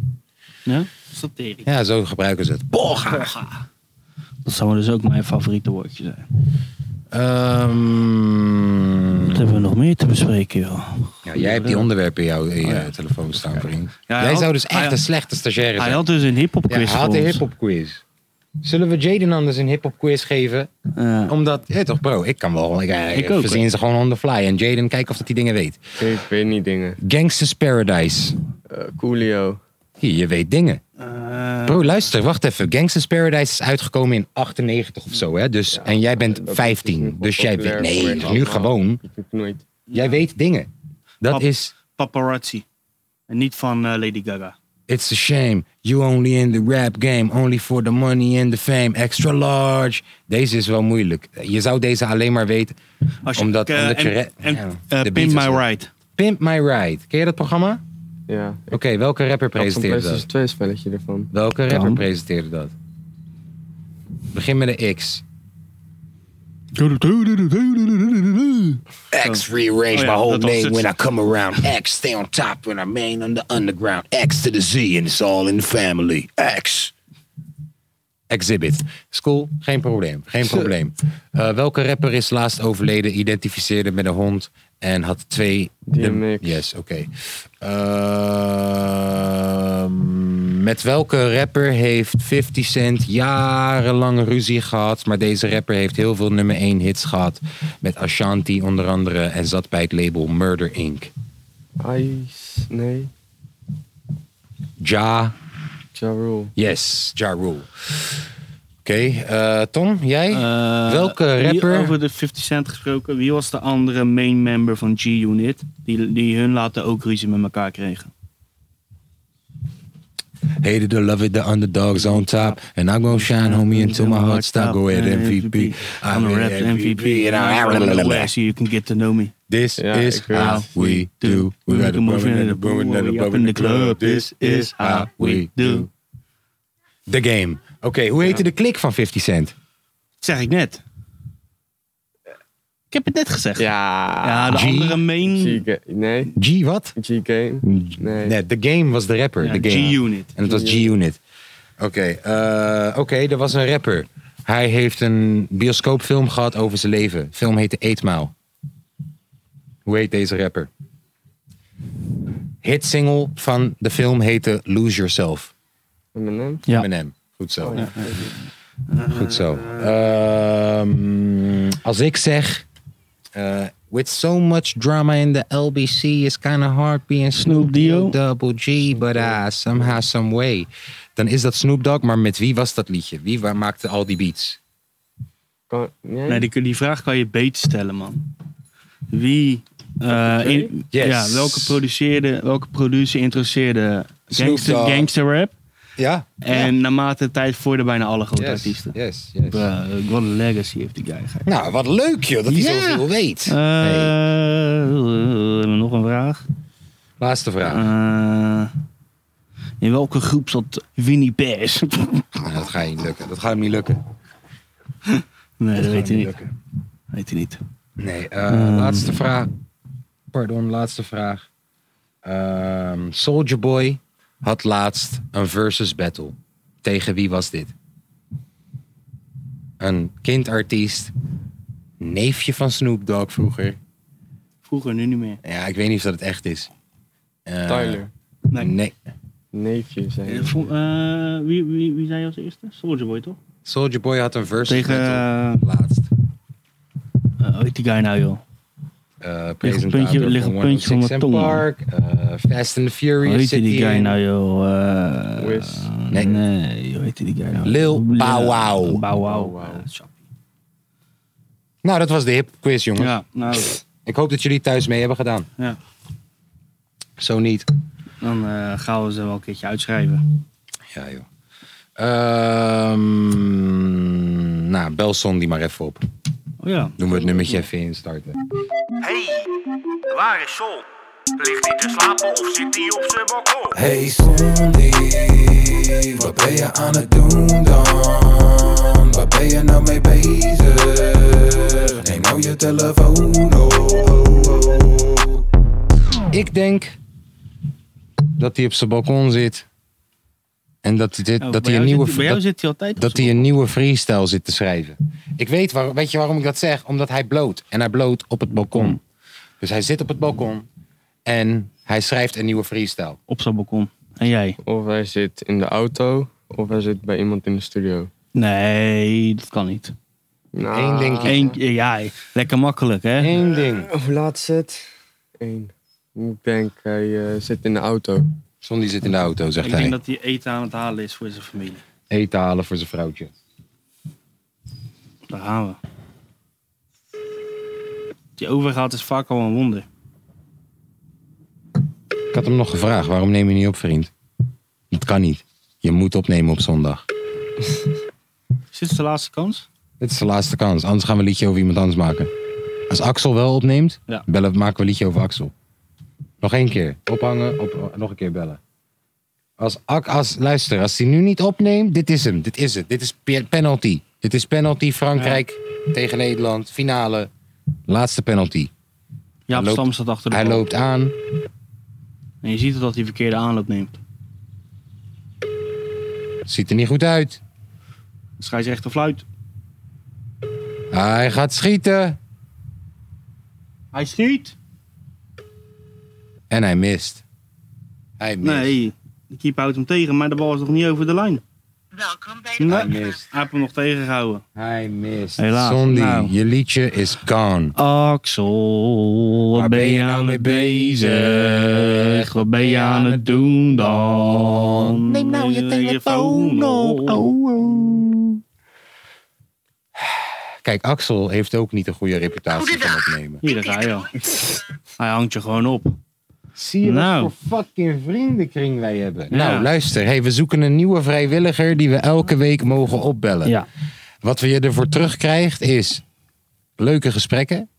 Ja? Satirisch.
Ja, zo gebruiken ze het. Polga.
Dat zou dus ook mijn favoriete woordje zijn.
Ehm,
Wat hebben we nog meer te bespreken, joh?
ja, jij hebt die onderwerpen in jouw in je telefoon staan, vriend.
Oh hij
jij
had-
zou dus
hij
echt
had-
een slechte stagiaire
Hij
zijn.
had dus een hip-hop
Ja, hij
quiz.
had
voor
een
ons.
hip-hop quiz. Zullen we Jaden anders een hip-hop quiz geven?
Ja.
Omdat, ja toch bro, ik kan wel. Ik,
Ik ook,
verzin ze gewoon on the fly. En Jaden, kijk of dat hij dingen weet.
Ik weet niet dingen.
Gangsters Paradise.
Eh Coolio.
Hier, je weet dingen.
Eh,
Bro, luister, wacht even. Gangsters Paradise is uitgekomen in 98 of zo, hè? Dus, en jij bent
dat is
15.
natuurlijk wel
Dus jij weet.
populair
Nee,
voor je
dus nu
allemaal.
gewoon.
Ik heb nooit.
Jij weet dingen. Dat
Pap-
is.
paparazzi. En niet van eh, Lady Gaga.
It's a shame. You only in the rap game. Only for the money and the fame. Extra large. Deze is wel moeilijk. Je zou deze alleen maar weten.
Als
Omdat-
eh,
omdat je
en,
re-
en,
ja,
eh,
de
Pimp
Beatles
My
hoor.
Ride.
Pimp My Ride. Ken je dat programma? Oké,
Ja.
welke rapper
Ik had zo'n
presenteerde dat?
PlayStation 2 spelletje ervan.
Welke rapper
Kan.
presenteerde dat? Begin met een X. X rearrange
Oh ja,
my whole
dat was
name
het.
when I come around. X stay on top when I main on the underground. X to the Z and it's all in the family. X. Exhibit. School, geen probleem. Geen probleem. Eh, welke rapper is laatst overleden, identificeerde met een hond en had twee...
DMX.
Yes, oké. Ehm, met welke rapper heeft 50 Cent jarenlang ruzie gehad? Maar deze rapper heeft heel veel nummer 1 hits gehad. Met Ashanti onder andere en zat bij het label Murder Inc.
Ice. Nee.
Ja,
Ja Rule.
yes, Ja Rule. Oké, eh, Tom, jij?
Eh,
welke
wie-
rapper?
Over de 50 Cent gesproken. Wie was de andere main member van G-Unit? Die, die hun later ook ruzie met elkaar kregen.
Hated or love it, the underdogs on top. And I'm gonna shine, homie, until my heart stop. Go ahead, MVP.
I'm a rap MVP. And I'm a so you can get to know me.
This
Ja,
is
ik weet
how
het.
we do.
We make a move in
and
the boom, we up in the club. This is how we do.
The game. Oké, hoe heette de klik van 50 Cent?
Dat zeg ik net. Ik heb het net gezegd.
Ja.
Ja, de
G.
andere main...
G-Game. Nee.
G wat?
G-Game. Nee.
Nee, The Game was de rapper.
Ja,
the game.
G-Unit.
En het was G-Unit. Oké, eh, oké, er was een rapper. Hij heeft een bioscoopfilm gehad over zijn leven. De film heette Eetmaal. Hoe heet deze rapper? Hitsingle van de film heette Lose Yourself.
Eminem.
Ja.
Eminem. Goed zo. Goed zo. Ehm, als ik zeg Uh, with so much drama in the LBC, it's kind of hard being Snoop
Dio.
Dogg, Double G, but ah, somehow, some way. Dan is dat Snoop Dogg, maar met wie was dat liedje? Wie wa- maakte al die beats?
Kan, nee,
Nee, die, die vraag kan je beter stellen, man. Wie. eh, in-
Yes.
ja, welke, produceerde, welke producer introduceerde
Snoop
gangster,
Dogg.
gangster rap?
Ja.
En naarmate de tijd voor bijna alle grote
Yes,
artiesten.
yes, yes.
Bruh, wat een eh, legacy heeft die guy. gek.
Nou, wat leuk joh, dat hij
Ja.
zoveel weet.
Eh,
Hey,
eh, nog een vraag.
laatste vraag.
Eh, in welke groep zat Winnie Pers? (laughs)
Ah, dat gaat niet lukken. Dat gaat hem niet lukken.
nee, dat
gaat
weet hij
niet
niet.
lukken.
Weet hij niet.
Nee, eh, laatste vraag. Pardon, laatste vraag. Ehm Soldier Boy had laatst een versus battle. Tegen wie was dit? Een kindartiest, neefje van Snoop Dogg vroeger.
Vroeger, nu niet meer.
Ja, ik weet niet of dat het echt is. Eh,
Tyler.
Nee.
Nee,
Neefje
Eh,
zijn.
vo- eh, wie, wie, wie zei je als eerste? Soldier Boy, toch?
Soldier Boy had een versus
Tegen.
battle
eh,
laatst.
eh, hoe heet die guy nou, joh?
Eh
een puntje-
presentator
ligt
van
een puntje
106
van mijn
and
tong, man.
Park, eh, Fast and the
Hoe
Furious
heet
zit
die
hij
guy
in.
nou, joh? Eh,
Wiz.
Nee.
Nee.
hoe heet die guy nou?
Lil Bow Wow.
Bow
Bow
Wow.
Wow.
eh, chappie.
Nou, dat was de hip quiz, jongen.
Ja, nou,
Ik hoop dat jullie thuis mee hebben gedaan.
Ja.
Zo niet.
dan eh, gaan we ze wel een keertje uitschrijven.
Ja, joh. Ehm, nou, bel Sondi maar even op.
Oh ja.
Doen we het nummertje even instarten.
Hey, waar is Sol? Ligt hij te slapen of zit hij op zijn balkon?
Hey Sondi, wat ben je aan het doen dan? Waar ben je nou mee bezig? Neem nou je telefoon op.
Ik denk dat hij op zijn balkon zit. En dat hij, dit,
Oh,
dat
bij
hij
jou
een nieuwe...
Zit, bij jou
dat-
zit hij altijd op
dat
zoek.
hij een nieuwe freestyle zit te schrijven. Ik weet, waar, weet je waarom ik dat zeg? Omdat hij bloot. En hij bloot op het
Hmm.
balkon. Dus hij zit op het balkon en hij schrijft een nieuwe freestyle.
op zijn balkon. En jij?
Of hij zit in de auto, of hij zit bij iemand in de studio.
Nee, dat kan niet.
Nou,
Eén ding kiezen.
Eén, ja, lekker makkelijk, hè?
Eén ding.
Hoe laat is het? Eén. Ik denk, hij eh, zit in de auto.
Sondi zit in de auto, zegt
Ik
hij.
denk dat hij eten aan het halen is voor zijn familie.
Eten halen voor zijn vrouwtje.
Daar gaan we. Die overgaat is vaak al een wonder.
Ik had hem nog gevraagd, waarom neem je niet op, vriend? Dat kan niet. Je moet opnemen op zondag.
Is dit de laatste kans?
Dit is de laatste kans, anders gaan we een liedje over iemand anders maken. Als Axel wel opneemt,
Ja.
bellen, maken we een liedje over Axel. Nog één keer. Ophangen, op, nog een keer bellen. Als, Ak- als, luister, als hij nu niet opneemt, dit is hem. Dit is het. Dit is pe- penalty. Dit is penalty Frankrijk tegen Nederland. Finale. Laatste penalty.
Ja,
loopt-
Stam staat achter de
Hij
bal.
loopt aan.
En je ziet het dat hij verkeerde aanloop neemt.
Ziet er niet goed uit.
Scheidsrechter fluit.
Hij gaat schieten.
Hij schiet!
En hij mist. Hij mist.
Nee, de keeper houdt hem tegen, maar de bal is nog niet over de lijn.
Welkom bij de
Nee. Hij
mist.
heeft hem nog tegengehouden.
Hij mist.
Helaas.
Sondi,
Nou.
je liedje is gone.
Axel, wat ben je nou mee bezig? Wat ben je aan het doen dan? Neem nou je telefoon op. Oh.
Kijk, Axel heeft ook niet een goede reputatie van opnemen.
Hier, daar ga je al. (laughs) Hij hangt je gewoon op.
Zie je
Nou.
wat voor fucking vriendenkring wij hebben?
Ja.
Nou, luister. Hey, we zoeken een nieuwe vrijwilliger die we elke week mogen opbellen.
Ja.
Wat we je ervoor terugkrijgt is leuke gesprekken.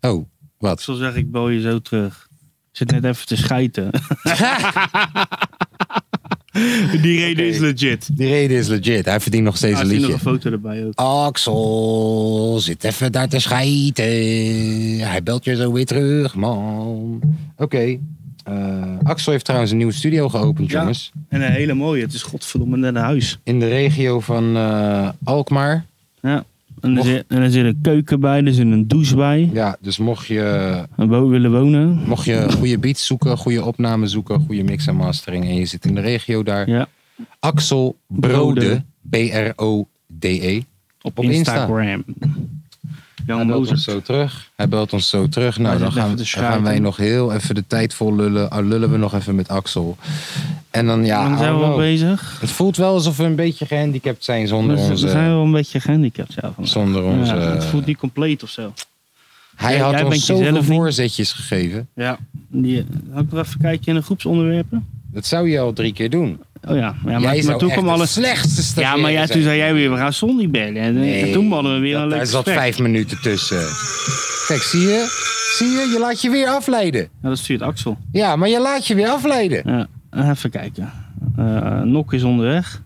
Oh, wat?
Axel zeg ik bel je zo terug. Ik zit net even te (laughs) schijten. Die reden is legit.
Die reden is legit. Hij verdient nog steeds
Ah,
een
zie nog een
liedje.
foto erbij ook.
Axel, zit even daar te schijten. Hij belt je zo weer terug, man. Oké. eh, Axel heeft trouwens een nieuwe studio geopend,
Ja.
jongens.
En een hele mooie. Het is godverdomme net een huis.
In de regio van eh, Alkmaar.
En er,
Mocht-
zit, en er zit een keuken bij, er zit een douche bij.
Ja, dus mocht je,
En we willen wonen.
mocht
(laughs)
je goede beats zoeken, goede opnames zoeken, goede mix en mastering. En je zit in de regio daar.
Ja.
Axel Brode, B-R-O-D-E.
Op
E. Op Insta.
Instagram. Jan
Hij belt ons
Mozes.
zo terug. Hij belt ons zo terug. Nou,
Hij
dan
zit
gaan,
even
we-
te
dan gaan wij
schuiven.
nog heel even de tijd vol lullen. Ah, lullen we nog even met Axel. En dan ja,
Dan zijn we
hallo.
wel bezig.
het voelt wel alsof we een beetje gehandicapt zijn zonder
Dus
onze...
we zijn wel een beetje gehandicapt. Ja, vandaag.
Zonder onze
Ja, het voelt niet compleet of zo.
Hij
Jij-
had
jij
ons
bent jezelf
zoveel
niet.
voorzetjes gegeven.
Ja. Die, had ik er even kijken in de groepsonderwerpen?
Dat zou je al drie keer doen.
Oh ja. ja
jij
maar,
zou
maar toen
echt
kwam
de
alles.
slechtste
Ja,
stagiaire
maar ja,
zijn.
toen zei jij weer, we gaan Sonny bellen. En,
Nee,
en toen hadden we weer
dat-
een leuk
Daar zat
gesprek.
vijf minuten tussen. Kijk, zie je? Zie je? Je laat je weer afleiden.
Ja, dat stuurt Axel.
Ja, maar je laat je weer afleiden.
Ja, even kijken. Eh Nok is onderweg.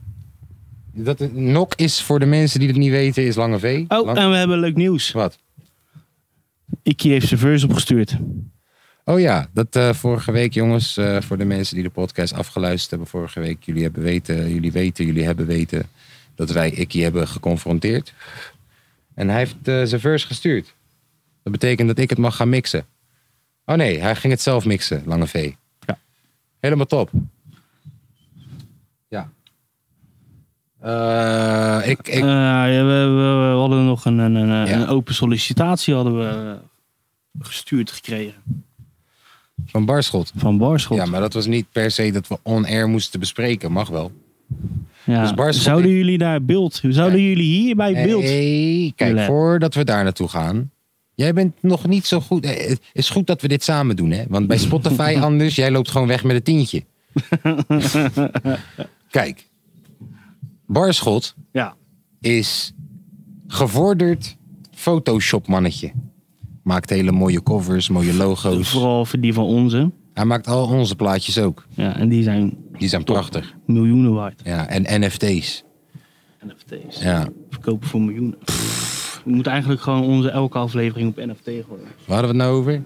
Dat, Nok is voor de mensen die het niet weten, is Lange V.
Oh,
Lang-
en we hebben leuk nieuws.
Wat?
Ikkie heeft zijn verse opgestuurd.
Oh ja, dat eh, vorige week, jongens, eh, voor de mensen die de podcast afgeluisterd hebben vorige week. Jullie hebben weten, jullie weten, jullie hebben weten dat wij Ikkie hebben geconfronteerd. En hij heeft eh, zijn verse gestuurd. Dat betekent dat ik het mag gaan mixen. Oh nee, hij ging het zelf mixen, Lange V.
Ja.
Helemaal top. Ja. Eh, ik, ik,
Eh, ja, we, we- we hadden nog een, een, een,
Ja.
een open sollicitatie hadden we eh, gestuurd gekregen
van Barschot.
van Barschot.
Ja, maar dat was niet per se dat we on-air moesten bespreken. Mag wel.
Ja.
dus Barschot-
Zouden jullie daar beeld, zouden jullie hier bij beeld?
Hey, kijk,
willen.
voordat we daar naartoe gaan. Jij bent nog niet zo goed. eh, Het is goed dat we dit samen doen, hè? Want bij Spotify anders, jij loopt gewoon weg met een tientje. kijk, Barschot
Ja.
is gevorderd Photoshop-mannetje. Maakt hele mooie covers, mooie logo's.
Vooral voor die van onze.
Hij maakt al onze plaatjes ook.
Ja, en die zijn
Die zijn prachtig.
miljoenen waard.
Ja, en NFT's.
NFT's.
Ja.
Verkopen voor miljoenen. We moeten eigenlijk gewoon onze elke aflevering op NFT gooien.
Waar hadden we het nou over?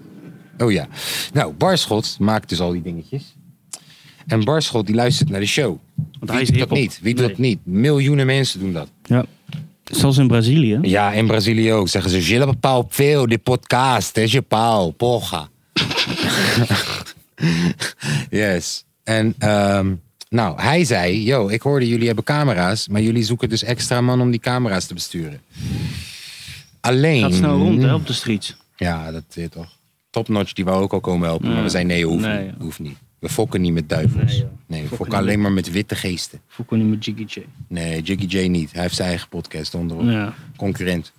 Oh ja. Nou, Barschot maakt dus al die dingetjes. En Barschot die luistert naar de show.
Want
Wie doet dat niet? Wie doet dat niet? Miljoenen mensen doen dat.
Ja. Zoals in Brazilië.
Ja, in Brazilië ook. Zeggen ze, Gilles Paul veel, die podcast is je Paul, porra. (laughs) yes. En ehm, nou, hij zei, yo, ik hoorde jullie hebben camera's, maar jullie zoeken dus extra man om die camera's te besturen. Alleen...
Gaat snel rond hè, op de streets.
Ja, dat weet je toch. Topnotch, die wou ook al komen helpen. Maar
Ja.
we zeiden nee, hoeft,
Nee,
niet.
joh.
hoeft niet. We fokken niet met duivels. Nee,
Nee, joh.
we fokken,
Fokken
alleen
niet.
maar met witte geesten.
Voor kon je met Jiggy J.
Nee, Jiggy J niet. Hij heeft zijn eigen podcast onderop.
Ja.
Concurrent.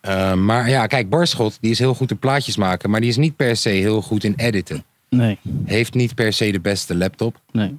Eh, maar ja, kijk, Barschot, die is heel goed in plaatjes maken. Maar die is niet per se heel goed in editen.
Nee,
Heeft niet per se de beste laptop.
nee.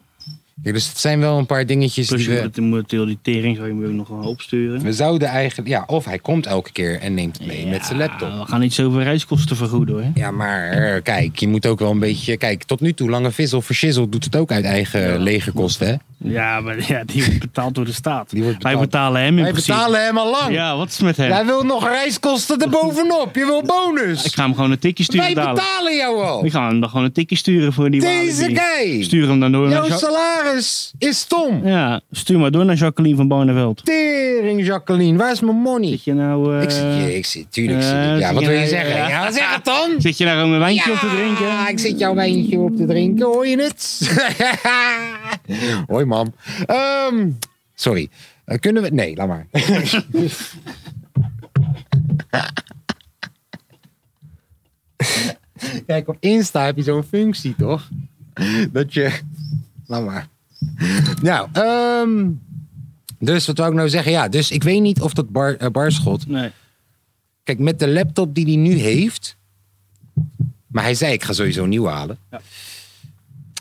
Kijk, dus het zijn wel een paar dingetjes
Plus
die
je
we...
moet, je moet heel die tering zou je hem ook nog wel opsturen.
We zouden eigenlijk... Ja, of hij komt elke keer en neemt het mee met zijn laptop.
Ja, We gaan niet zoveel reiskosten vergoeden hoor.
Ja, maar eh, kijk, je moet ook wel een beetje... Kijk, tot nu toe, Lange Vissel voor Shizzle doet het ook uit eigen eh, legerkosten, hè?
Ja, maar ja, die wordt betaald door de staat.
Die wordt
Wij
betaald.
betalen hem in
Wij
principe.
betalen hem al lang.
Ja, wat is met hem?
Jij wil nog reiskosten erbovenop. Je wil
Ik
bonus.
ga hem gewoon een tikje sturen
Wij
dadelijk.
betalen jou al.
Ik ga hem dan gewoon een tikje sturen voor die
Deze
walibi.
guy.
Stuur hem dan door naar
Jouw
Ja-
salaris is tom.
Ja, stuur maar door naar Jacqueline van Barneveld.
Tering, Jacqueline. Waar is mijn money?
Zit je nou... eh,
Ik zit hier, ik zit, tuurlijk zit
eh,
ik. Ja,
zit
wat
je
wil je
nou-
zeggen?
ja.
Ja, zeg het dan.
Zit je nou gewoon een wijntje op te
Ja,
drinken?
ik zit jouw wijntje op te drinken, hoor je het? (laughs) Hoi, mam. Ehm, sorry. Eh, kunnen we... Nee, laat maar. (laughs) Kijk, op Insta heb je zo'n functie, toch? Dat je... Laat maar. Nou, ehm, dus wat wou ik nou zeggen? Ja, dus ik weet niet of dat bar, eh, barschot
Nee.
Kijk, met de laptop die hij nu heeft. Maar hij zei: ik ga sowieso een nieuwe halen.
Ja.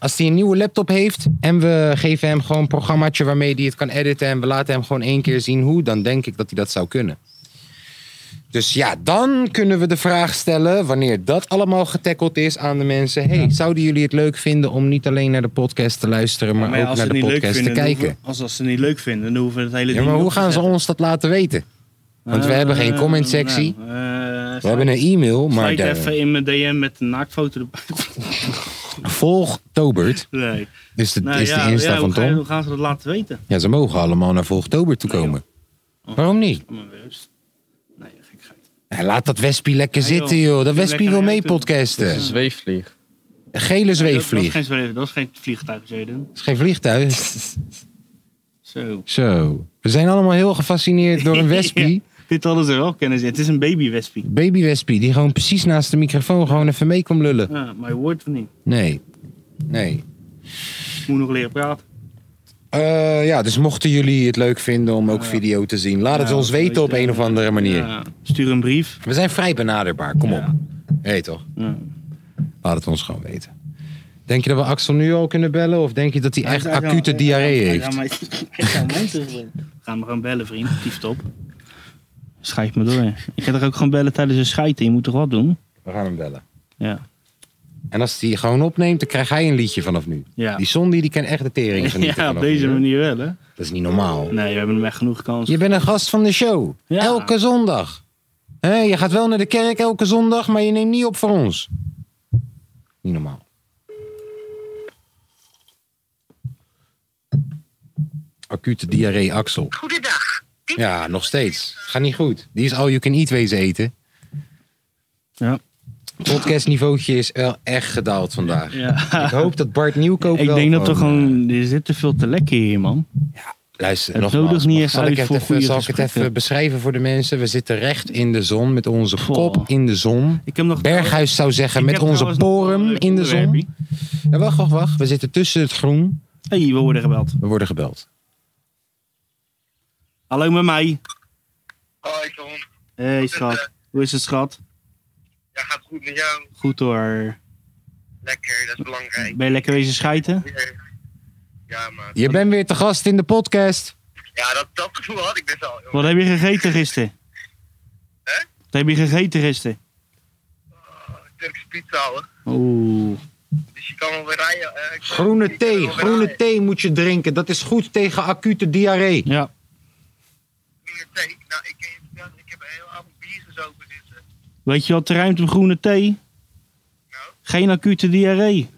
Als hij een nieuwe laptop heeft en we geven hem gewoon een programmaatje waarmee hij het kan editen. en we laten hem gewoon één keer zien hoe. dan denk ik dat hij dat zou kunnen. Dus ja, dan kunnen we de vraag stellen, wanneer dat allemaal getackeld is aan de mensen. hey, zouden jullie het leuk vinden om niet alleen naar de podcast te luisteren, maar,
Maar ja,
ook
als
naar
ze
de
het niet leuk
podcast te
vinden, dan
kijken?
hoeven- Als als ze het niet leuk vinden, dan hoeven we het hele
Ja,
ding
maar
niet
hoe
op te
gaan ze
zetten.
ons dat laten weten? Want we
Eh,
hebben geen
eh,
commentsectie.
nou, eh,
We hebben een e-mail, maar
Slijt
daar-
even in mijn DM met een naaktfoto erbij. (laughs)
volg Tobert.
Nee.
Is de,
Nou
is
ja,
de Insta
ja, hoe
van
ga je-
Tom?
Hoe gaan ze dat laten weten?
Ja, ze mogen allemaal naar Volgtober toe komen. Waarom niet?
Kom maar weer rust. Oh, Nee, gekheid.
Ja, laat dat Wespie lekker
Ja, joh.
zitten, joh. Dat
Doe
Wespie
lekker
wil
aan
mee
jou toe.
podcasten.
Een zweefvlieg.
Gele
Dat, is
zweefvlieg.
geen zweef, dat is geen vliegtuig, zou je doen.
Het is geen
(laughs)
vliegtuig.
Zo. (laughs)
Zo. We zijn allemaal heel gefascineerd door een Wespie.
Dit hadden ze wel kunnen zien. Het is een babywespie.
Baby Wespie, die gewoon precies naast de microfoon gewoon even mee kwam lullen.
Ja, maar je hoort het niet.
Nee. Nee.
Ik moet nog leren praten.
Eh, ja, dus mochten jullie het leuk vinden om ook video te zien, laat het
Ja,
ons
dat
weten op
weet,
een
eh,
of andere manier.
Ja, stuur een brief.
We zijn vrij benaderbaar, kom op. Hé toch?
Ja.
Laat het ons gewoon weten. Denk je dat we Axel nu al kunnen bellen? Of denk je dat hij echt
Hij gaat-
acute
hij-
diarree
hij-
heeft?
hij gaat mij- (laughs) hij gaat mij terugbrengen. We gaan hem gewoon bellen, vriend. Tief top. Schijf me door. Ik ga toch ook gewoon bellen tijdens een scheiden. Je moet toch wat doen?
We gaan hem bellen.
Ja.
En als hij gewoon opneemt, dan krijgt hij een liedje vanaf nu.
Ja.
Die Sondi die kan echt de
(laughs)
tering genieten
Ja, op
vanaf
deze
nu, hoor.
manier wel, hè?
Dat is niet normaal.
Nee, we hebben hem echt genoeg kans.
Je bent een gast van de show.
Ja.
Elke zondag. Hé, je gaat wel naar de kerk elke zondag, maar je neemt niet op voor ons. Niet normaal. Acute diarree, Axel.
Goedendag.
Ja, nog steeds. Gaat niet goed. Die is al you can eat wezen eten.
Ja.
Podcastniveautje is wel echt gedaald vandaag.
Ja.
(laughs)
(laughs)
Ik hoop dat Bart Nieuwkoop
Ik
wel
denk dat er
eh,
gewoon... Er zit te veel te lekker hier, man.
Luister,
Het
nogmaals,
nodigt niet
maar
echt
zal
uit
ik het
voor
even,
goede
Zal ik het
gesprekken.
even beschrijven voor de mensen? We zitten recht in de zon met onze
Goh.
kop in de zon.
Ik heb nog...
Berghuis zou zeggen
Ik
met
heb
onze
trouwens nog een
poren
leuk
in de zon.
onderwerpie.
Ja, wacht, wacht, wacht. We zitten tussen het groen.
Hé, hey, we worden gebeld.
We worden gebeld.
Hallo met mij.
Hoi, Tom.
Hé, hey, schat. Hoe is het, schat?
Ja, gaat goed met jou.
Goed hoor.
Lekker, dat is belangrijk.
Ben je lekker wezen schijten?
Ja, man.
Je bent weer te gast in de podcast.
Ja, dat, dat gevoel had ik best al. joh.
Wat heb je gegeten gisteren?
Hè?
Wat heb je gegeten gisteren?
Turkse pizza houden.
Oeh.
Dus je kan wel weer rijden. eh, ik-
Groene
ik kan wel
thee.
weer
Groene
rijden.
thee moet je drinken. Dat is goed tegen acute diarree.
Ja.
Groene thee. Nou, ik, kan je vertellen, ik heb een hele avond bier gezopen zitten.
Weet je wat de ruimte om groene thee? Geen acute diarree.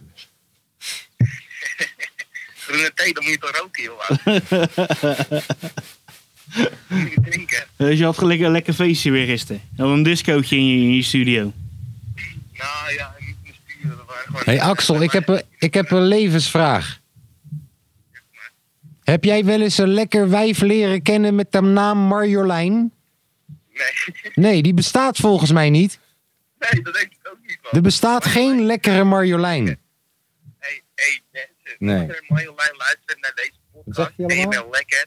Groene thee, dan moet je toch roken, joh. ouwe.
(laughs)
moet je drinken.
Dus je had gelijk een lekker feestje weer gisteren. Dan een discootje in je, in je studio.
Nou ja, niet meer sturen. Dat waren gewoon...
Hé hey, Axel, ik heb, een, ik heb een levensvraag. Heb jij wel eens een lekker wijf leren kennen met de naam Marjolein?
(laughs) Nee.
Nee, die bestaat volgens mij niet.
nee, dat denk ik ook niet, man.
Er bestaat geen lekkere Marjolein.
Hey, hey, mensen.
Nee.
Nee. Als er een mooie lijn luisteren naar deze podcast
zeg je
en je
allemaal?
bent lekker,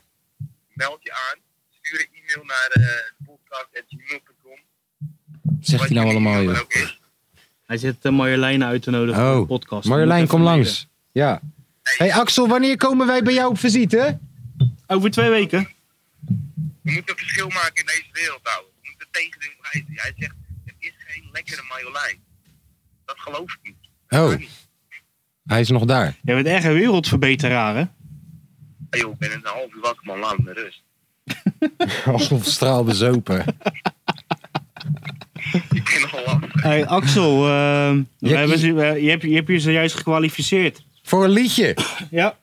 meld je aan. Stuur een e-mail naar eh podcast.gmail.com.
Zegt hij nou allemaal, joh.
Hij zit eh, Marjolein uit te nodigen voor de
Oh,
podcast.
Marjolein,
Moet
kom
even
langs. Ja. Hé hey, Axel, wanneer komen wij bij jou op visite?
mailen. Over twee weken.
We moeten een verschil maken in deze wereld, ouwe. We moeten tegen de wijzen. Jij zegt, het is geen lekkere Marjolein. Dat geloof ik niet. Dat
Oh,
kan niet.
hij is nog (laughs) daar.
Je bent echt een wereldverbeteraar, hè?
Hey, joh, ik ben een half uur wakker, man. Laat me met rust.
Axel straal bezopen.
Ik ben al lang.
Hey, Axel, ehm, we
Je-
hebben, ze- we- je, hebt, je hebt je zojuist gekwalificeerd.
Voor een liedje.
Ja.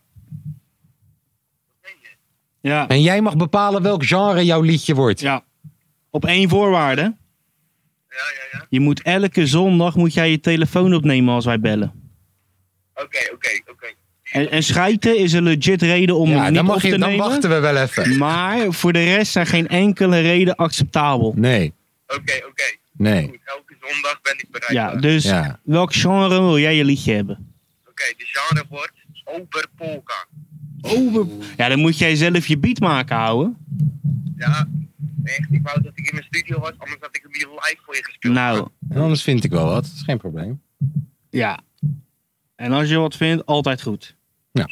Ja,
En jij mag bepalen welk genre jouw liedje wordt.
ja. Op één voorwaarde.
Ja, ja, ja.
Je moet elke zondag moet jij je telefoon opnemen als wij bellen.
Oké, oké, oké.
En, en schijten is een legit reden om hem
Ja,
niet
dan,
op
mag
te
je, dan
nemen.
wachten we wel even.
Maar voor de rest zijn geen enkele reden acceptabel.
Nee,
Oké, oké.
nee.
Goed, elke zondag ben ik bereid.
Ja,
daar.
dus
Ja.
welk genre wil jij je liedje hebben?
Oké, de genre wordt Oberpolka.
Ja, dan moet jij zelf je beat maken, houden.
Ja, echt. Ik wou dat ik in mijn studio was, anders had ik hem hier live voor je gespeeld.
Nou,
En anders vind ik wel wat. Dat is geen probleem.
ja. En als je wat vindt, altijd goed.
Oké.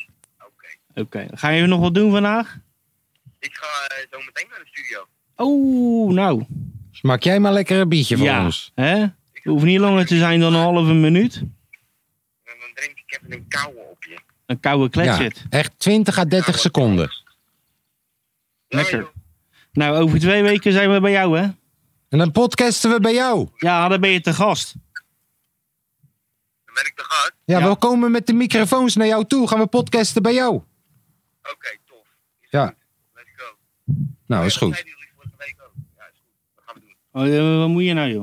Oké, ga je nog wat doen vandaag?
Ik ga eh, zo meteen naar de studio.
Oh, nou.
Dus maak jij maar lekker een biertje voor
ja,
ons.
hè? Het hoeft niet langer te zijn dan een halve minuut.
En dan drink ik even een koude op je.
Een koude
Ja,
kletsit.
echt 20 à 30 seconden.
Lekker.
Ja, joh.
Nou, over twee weken zijn we bij jou, hè?
En dan podcasten we bij jou.
Ja, dan ben je te gast.
dan ben ik te gast.
Ja,
Ja.
we komen met de microfoons naar jou toe. Gaan we podcasten bij jou.
Oké, tof. Is
Ja.
goed. Let's go.
Nou, is
Ja, dat
goed.
zeiden jullie vorige week ook. Ja, is goed. Dat gaan we doen.
Oh, eh, wat moet je nou, joh?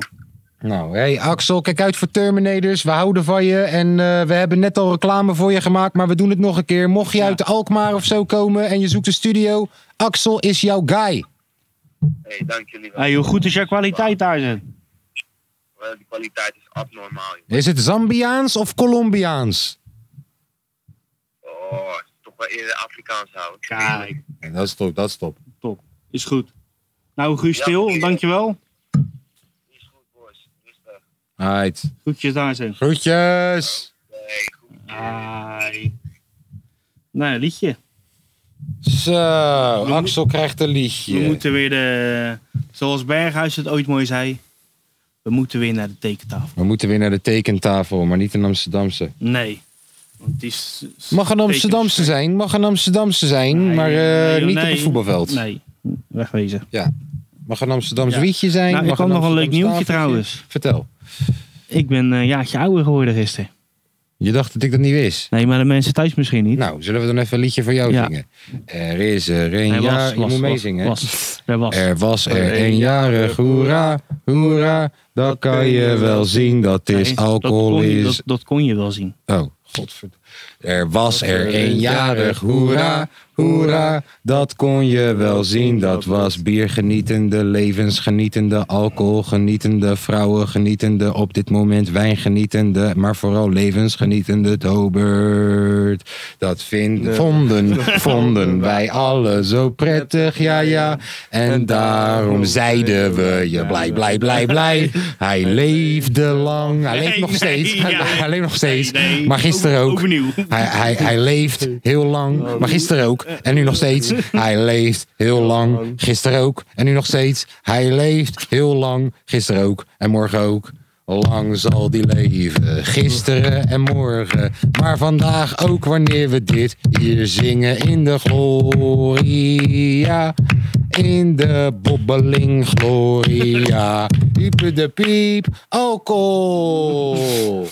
Nou, hey Axel, kijk uit voor Terminators. We houden van je en eh, we hebben net al reclame voor je gemaakt, maar we doen het nog een keer. Mocht je uit Alkmaar of zo komen en je zoekt een studio, Axel is jouw guy.
hey, dank jullie wel.
Hey, hoe goed is jouw kwaliteit daar? zeg?
Eh, Die kwaliteit is abnormaal, joh.
Is het Zambiaans of Colombiaans?
Oh, toch wel eerder Afrikaans houden.
Kijk,
Ja, dat is top, dat is top.
is goed. Nou, Guus Stil, dankjewel.
Is goed, boys. Rustig.
Right.
Groetjes daar zo.
Groetjes.
Hey, goed.
Hai. Nou, ja, liedje.
Zo,
We
Axel krijgt een
We
liedje.
moeten weer de... Zoals Berghuis het ooit mooi zei. We moeten weer naar de tekentafel.
We moeten weer naar de tekentafel, maar niet een Amsterdamse.
Nee. Want die is...
Mag een Amsterdamse zijn, mag een Amsterdamse zijn, maar eh,
Nee, joh,
niet op
nee.
het voetbalveld.
Nee. Wegwezen.
Mag een Amsterdamse
Ja.
wietje zijn.
Nou, ik
mag
had nog een leuk
Amsterdamse
nieuwtje
tafeltje.
trouwens.
Vertel.
Ik ben eh, een jaartje ouder geworden gisteren.
Je dacht dat ik dat niet wist.
Nee, maar de mensen thuis misschien niet.
Nou, zullen we dan even een liedje voor jou
Ja.
zingen? Er is er een
Nee, was,
jaar... je
was,
moet
was,
meezingen.
Was, er was.
Er was er een jarig, hoera, hoera. Dat kan je wel zien, dat
Nee,
is alcohol
dat kon, je-
is...
Dat, dat kon je wel zien.
Oh, godverdomme. Er was er eenjarig, hoera, hoera. Dat kon je wel zien. Dat was biergenietende, levensgenietende, alcoholgenietende, vrouwengenietende, op dit moment wijngenietende, maar vooral levensgenietende Tobert. Dat vinden, (laughs) vonden, vonden wij allen zo prettig, ja, ja. En daarom zeiden we je blij, blij, blij, (laughs) blij. Hij leefde lang. Hij leeft nog
Nee,
steeds.
nee,
Hij (laughs)
ja.
hij leeft nog steeds.
Nee,
Maar gisteren ook.
Overnieuw.
Hij, hij, hij leeft heel lang, maar gisteren ook. En nu nog steeds. Hij leeft heel lang, gisteren ook. En nu nog steeds. Hij leeft heel lang, gisteren ook. En morgen ook. Lang zal die leven, gisteren en morgen. Maar vandaag ook wanneer we dit hier zingen in de gloria. In de bobbeling gloria. Piepe de piep, alcohol.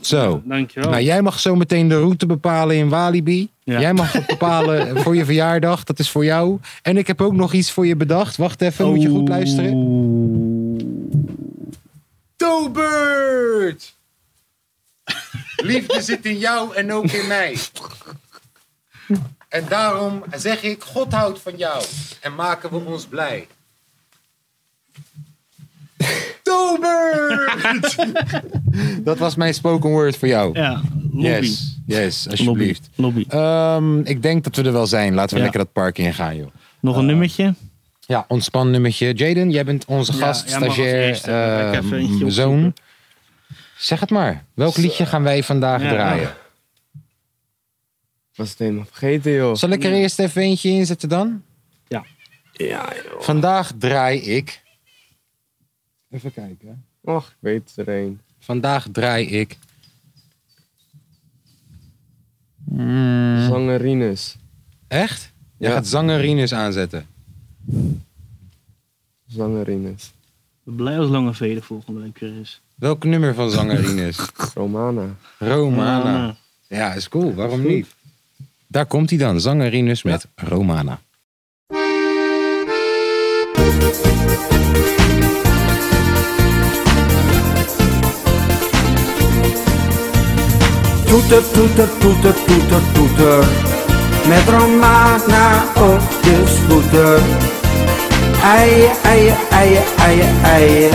Zo.
Dankjewel.
Nou, jij mag zo meteen de route bepalen in Walibi.
Ja.
Jij mag het (laughs) bepalen voor je verjaardag. Dat is voor jou. En ik heb ook nog iets voor je bedacht. Wacht even, moet je goed luisteren. Oh. Tobert! (laughs) Liefde zit in jou en ook in mij. En daarom zeg ik, God houdt van jou. En maken we ons blij. Tobert! (laughs) Dat was mijn spoken word voor jou.
Ja, lobby.
Yes, yes,
Lobby.
alsjeblieft.
Lobby.
Ehm, ik denk dat we er wel zijn. Laten we
Ja.
lekker dat park ingaan, joh.
Nog een nummertje?
Ja, ontspan nummertje. Jaden, jij bent onze
Ja,
gast,
jij mag als
stagiair,
eerste. Dan ga ik even
eh,
eentje
zoon.
opzoeken.
Zeg het maar. Welk liedje gaan wij vandaag
Ja,
draaien?
was het helemaal vergeten, joh.
Zal ik er eerst even eentje inzetten dan?
Ja.
Ja, joh. Vandaag draai ik... Even kijken.
Och, ik weet er een.
Vandaag draai ik... Mm.
Zangerines.
Echt? Jij
Ja.
gaat zangerines aanzetten.
Zangerines.
Blij als lange veden volgende week weer is.
Welk nummer van zangerines?
Romana.
Romana.
Ah,
Ja, is cool. Waarom niet? Daar komt hij dan, zangerinus met Romana.
Toeter, toeter, toeter, toeter, toeter. Met Romana op de scooter. Eien, eien, eien, eien, eien.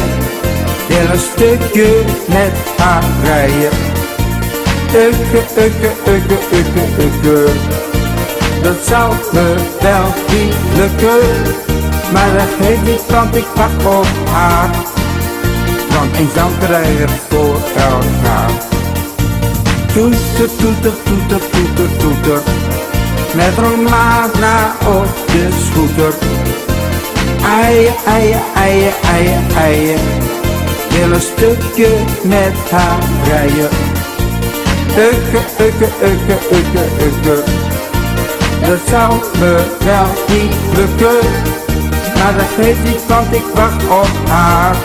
Wil een stukje met haar rijden. Ukke, ukke, ukke, ukke, ukke. Dat zou me wel niet lukken. Maar dat geeft niet, want ik pak op haar. Dan een zandrijder voor elkaar. Toeter, toeter, toeter, toeter, toeter. Met Romana op de scooter. Eien, eien, eien, eien, eien. Wil een stukje met haar rijden. Ukke, ukke, ukke, ukke, ukke. Dat zou me wel niet lukken. Maar dat geeft niet, want ik wacht op haar.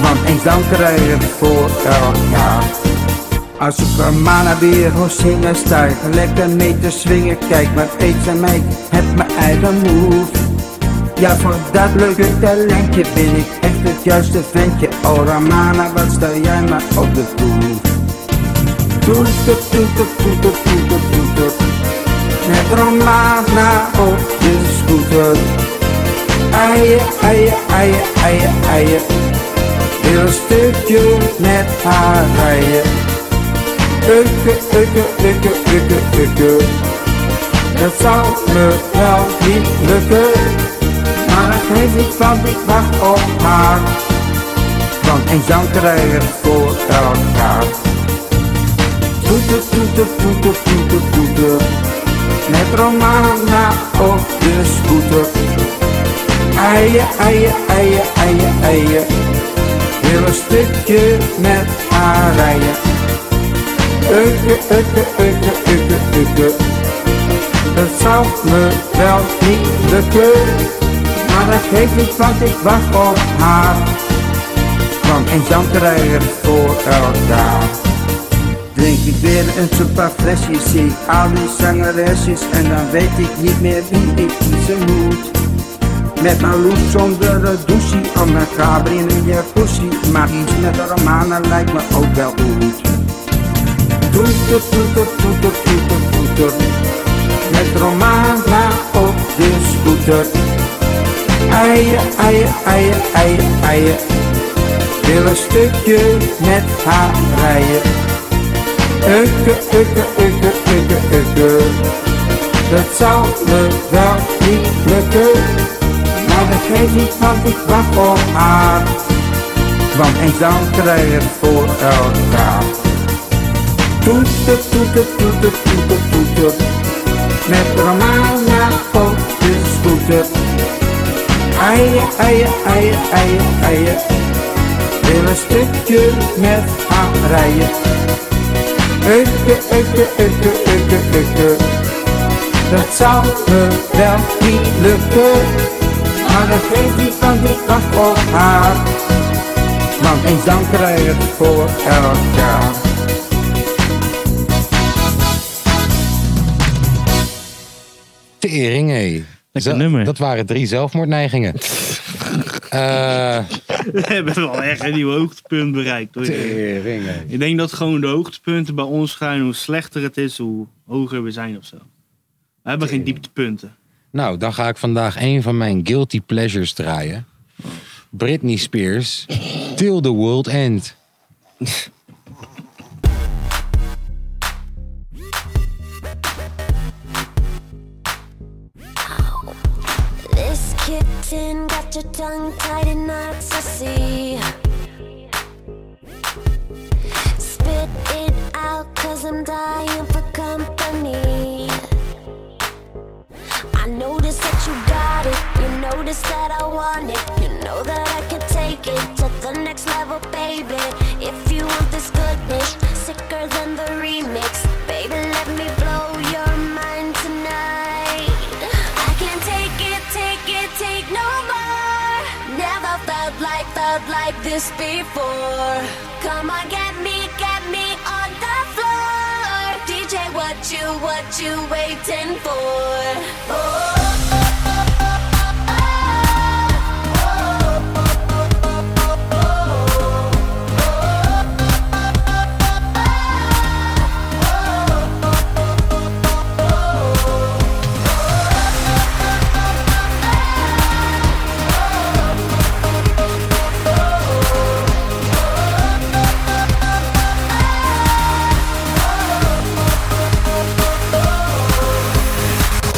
Want eens dan krijgen we voor elkaar. Als ik een mana weer hoor zingen stijg Lekker mee te swingen, kijk maar eens aan mij Heb mijn eigen move Ja, voor dat leuke talentje ben ik echt het juiste ventje Oh Ramana, wat sta jij maar op de proef Toeter, toeter, toeter, toeter, toeter Met Romana op de scooter Eien, eien, eien, eien, eien. Wil een stukje met haar rijden. Ukke, ukke, ukke, ukke, ukke. Het zal me wel niet lukken. Maar het geeft niet want ik wacht op haar. Want een Jan krijgt voor elkaar. Toeter, toeter, toeter, toeter, toeter. Met Romana op de scooter. Eien, eien, eien, eien, eien. Wil een stukje met haar rijden. Ukke, ukke, ukke, ukke, ukke. Het zou me wel niet lukken. Maar dat geeft niet, want ik wacht op haar. Van een zandrijder voor elkaar. Drink ik weer eens een paar flesjes, zie ik al die zangeresjes en dan weet ik niet meer wie ik kiezen moet. Met mijn loep zonder een douche, om mijn kamer in een jacuzzi, maar iets met de romanen lijkt me ook wel goed. Toeter, toeter, toeter, toeter, toeter, met romana op de scooter. Eien, eien, eien, eien, eien, wil een stukje met haar rijden. Ukke, ukke, ukke, ukke, ukke. Dat zou me wel niet lukken. Maar dat geeft niet, want ik wacht op haar. Want eens dan krijg je het voor elkaar. Toeter, toeter, toeter, toeter, toeter. Met Romana op de scooter. Eien, eien, eien, eien, eien. Wil een stukje met haar rijden. Ukke, ukke, ukke, ukke, ukke. Dat zou me wel niet lukken. Maar dat geeft niet van die dag op haar. Want eens dan krijg je het voor elkaar.
Tering, hé. Zo- Dat waren drie zelfmoordneigingen. Eh,
(laughs) We hebben wel echt een nieuw hoogtepunt bereikt. Hoor.
Tering, hé.
Ik denk dat gewoon de hoogtepunten bij ons gaan. Hoe slechter het is, hoe hoger we zijn of zo. We hebben geen dieptepunten.
nou, dan ga ik vandaag een van mijn guilty pleasures draaien. Britney Spears, Till the World End.
This kitten got your tongue tied in knots, I see. Spit it out, cause I'm dying for company. I notice that you got it, you notice that I want it. You know that I can take it to the next level, baby. If you want this goodness, sicker than the remix, baby, let me blow your mind tonight. I can take it, take it, take no more. Never felt like, felt like this before. Come on, get me, get me on the floor. DJ, what you, what you waiting for? Oh.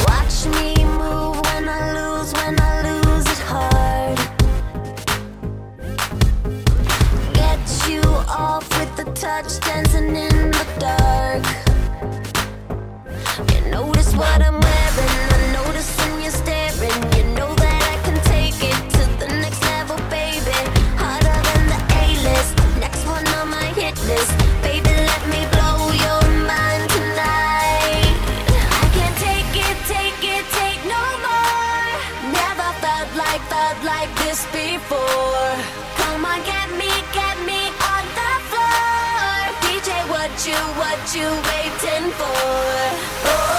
Watch me move when I lose, when I lose it hard. Get you off with the touch, dancing in the dark. You notice what I'm wearing, I'm noticing you're staring. You know that I can take it to the next level, baby. Harder than the A-list, next one on my hit list. Baby, let me blow your mind tonight. I can't take it, take it, take no more. Never felt like, felt like this before. Come on, get me, get me on the floor. DJ, what you, what you waiting for? Oh.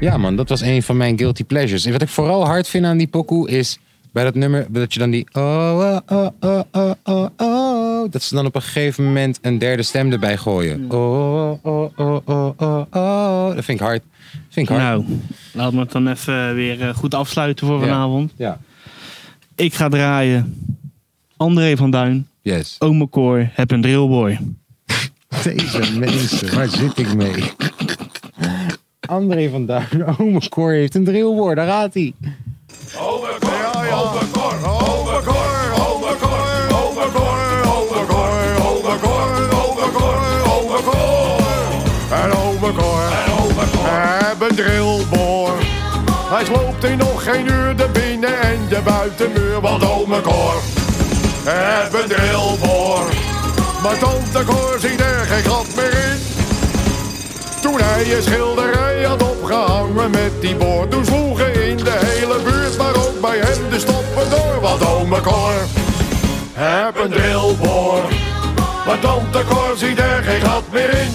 Ja man, dat was een van mijn guilty pleasures. En wat ik vooral hard vind aan die pokoe is bij dat nummer dat je dan die oh oh oh oh oh oh dat ze dan op een gegeven moment een derde stem erbij gooien. Oh oh oh oh oh oh. Dat vind ik hard. Dat vind ik hard.
Nou, laat me het dan even weer eh, goed afsluiten voor vanavond.
Ja.
Ik ga draaien. André van Duin.
Yes.
Ome Cor, heb een drillboy.
Eh, Oh, Deze mensen, waar zit ik mee? André van Duin, (laughs) Omekoor heeft een drillboor, daar gaat hij.
En overkoor. Hebben drillboor. Hij sloopt in nog geen uur de binnen- en de buitenmuur. Want overkoor. Hebben drillboor. Maar tante Cor ziet er geen gat meer in. Toen hij een schilderij had opgehangen met die boor. Toen sloegen in de hele buurt, maar ook bij hem de stoppen door. Want overkoor. Heb een drillboor. Maar tante Cor ziet er geen gat meer in.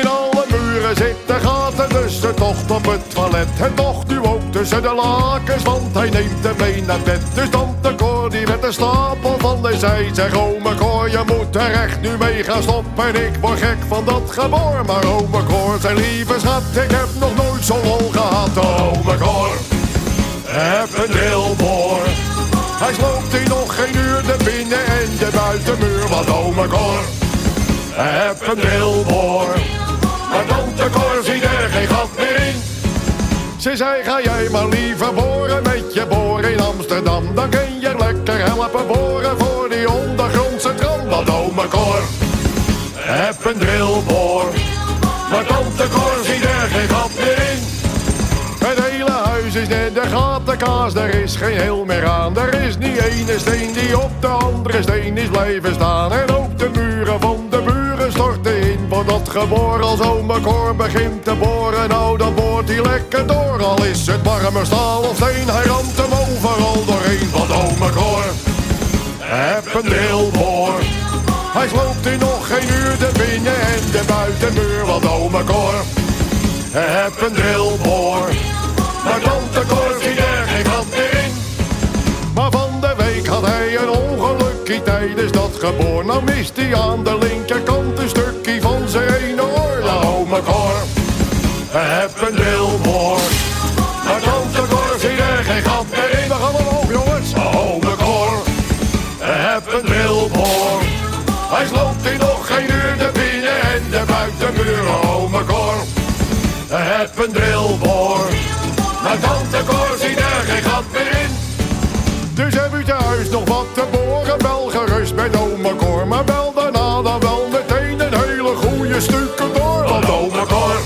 In alle muren zitten gaten, dus de tocht op het toilet. En toch nu ook tussen de lakens, want hij neemt hem mee naar bed. Dus tante Cor die met een stapel van de zij zegt... Ome Cor, je moet er echt nu mee gaan stoppen. Ik word gek van dat geboor. Maar ome Cor, zijn lieve schat, ik heb nog nooit zo lol gehad. Ome Cor, heb een drillboor. Hij sloopt in nog geen uur de binnen- en de buitenmuur. Want ome Cor, heb een drillboor. Maar tante Cor ziet er geen gat meer in. Ze zei, ga jij maar liever boren met je boor in Amsterdam. Dan kun je lekker helpen boren voor die ondergrondse tram. Want ome Cor, heb een drillboor. Maar tante Cor ziet er geen gat meer in. Het hele huis is net de gatenkaas, er is geen heel meer aan. Er is niet ene steen die op de andere steen is blijven staan. En ook de muren van de buren storten in. Want dat geboor als ome Cor begint te boren, nou dan boort hij lekker door. Al is het warme staal of steen, hij ramt hem overal doorheen. Want ome Cor, heb een drillboor. Hij sloopt in nog geen uur de binnen- en de buitenmuur. Want ome Cor, heb een drillboor. Maar tante Cor ging er geen gat meer in. Maar van de week had hij een ongelukkie tijdens dat geboor. Nou mist hij aan de linkerkant een stukje van zijn ene oor. Nou, ome Cor, heb een drillboor. Maar tante Cor ging er geen gat meer in. We gaan omhoog, jongens. oh, Ome Cor, heb een drillboor. Hij sloopt in nog geen uur de binnen- en de buitenmuur. oh, Ome Cor, heb een drillboor. Maar tante Cor ziet er geen gat meer in. Dus heb u thuis nog wat te boren, wel gerust met ome Cor. Maar wel daarna dan wel meteen een hele goede stukken door. Want ome Cor,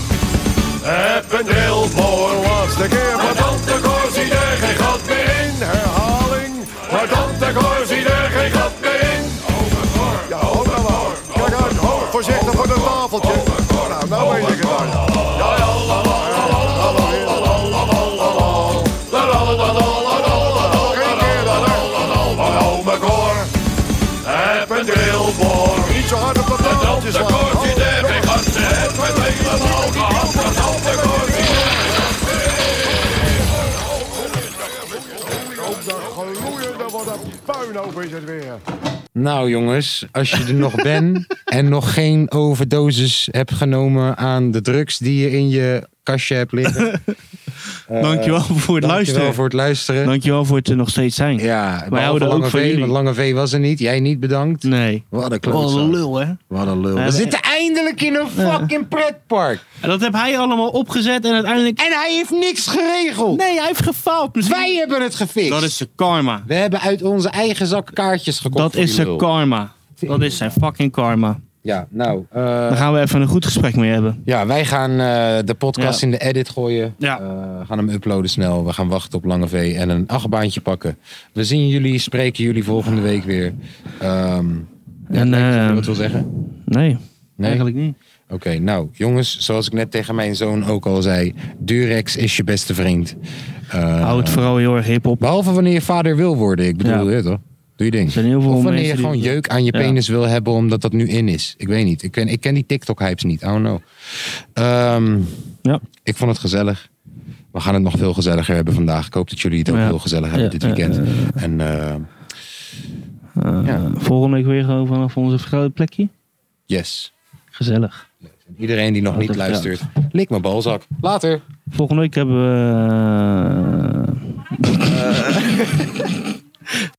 heb een drillboor. Laatste keer, maar tante Cor ziet er geen gat meer in. Herhaling, maar tante Cor ziet er geen gat meer in. Ome Cor, ja, ome Cor. Kijk uit, hoor, voorzichtig voor het tafeltje. Nou, nou weet ik het wel. Ja, ja, la, la, la, la, la, la, la, la, la, la, la, la, la, la, la, la, la, la, la. Geen keer dan, hè. Maar ome Cor, heb een drillboor. Niet zo hard op dat Oh. tafeltje slaan. Tante Cor ziet er geen gat meer in. Het helemaal gehad, maar tante Cor ziet er geen gat meer in. Op de gloeiende, wat een puinhoop is het weer.
Nou jongens, als je er nog bent
(laughs)
en nog geen overdosis hebt genomen aan de drugs die je in je kastje hebt
(laughs)
liggen. eh,
Dankjewel voor het
Dankjewel
luisteren.
voor het luisteren.
Dankjewel voor het er nog steeds zijn.
Ja,
wij houden ook
Lange
van
v,
jullie.
Want Lange V was er niet. Jij niet bedankt.
Nee.
Wat een
Wat een
klootzak.
lul, hè?
Wat een lul. We
hebben-
zitten eindelijk in een fucking pretpark.
En dat heb hij allemaal opgezet en uiteindelijk...
En hij heeft niks geregeld. Dus
Nee, hij heeft gefaald. Dus
Wij hebben het gefixt.
Dat is zijn karma.
We hebben uit onze eigen zak kaartjes gekocht.
Dat
voor
is
die
zijn
lul.
karma. Dat is zijn fucking karma.
Ja, nou. eh,
(laughs) Daar gaan we even een goed gesprek mee hebben.
ja, wij gaan eh, de podcast
Ja.
in de edit gooien.
Ja.
Eh, we gaan hem uploaden snel. We gaan wachten op Lange V en een achtbaantje pakken. We zien jullie, spreken jullie volgende week weer. Ehm ja,
En,
ik weet niet of je
eh,
wat wil zeggen?
Nee,
Nee?
eigenlijk niet.
Oké, nou jongens, zoals ik net tegen mijn zoon ook al zei. Durex is je beste vriend. Eh,
Hou het vooral heel erg hip-hop.
Behalve wanneer je vader wil worden. Ik bedoel,
Ja.
je weet toch? Doe je ding.
zijn heel veel
of wanneer je
mensen die-
gewoon jeuk aan je
Ja.
penis wil hebben omdat dat nu in is. Ik weet niet. Ik ken, ik ken die TikTok-hypes niet. I don't know. Ehm, Ik vond het gezellig. We gaan het nog veel gezelliger hebben vandaag. Ik hoop dat jullie het ook
Ja.
heel gezellig hebben
Ja,
dit
ja,
weekend.
ja, ja.
En ehm,
Eh, Volgende week weer gewoon vanaf onze vergrote plekje.
yes.
Gezellig.
Iedereen die nog
Altijd
niet
graag.
luistert, lik mijn balzak. Later.
Volgende week hebben we... eh,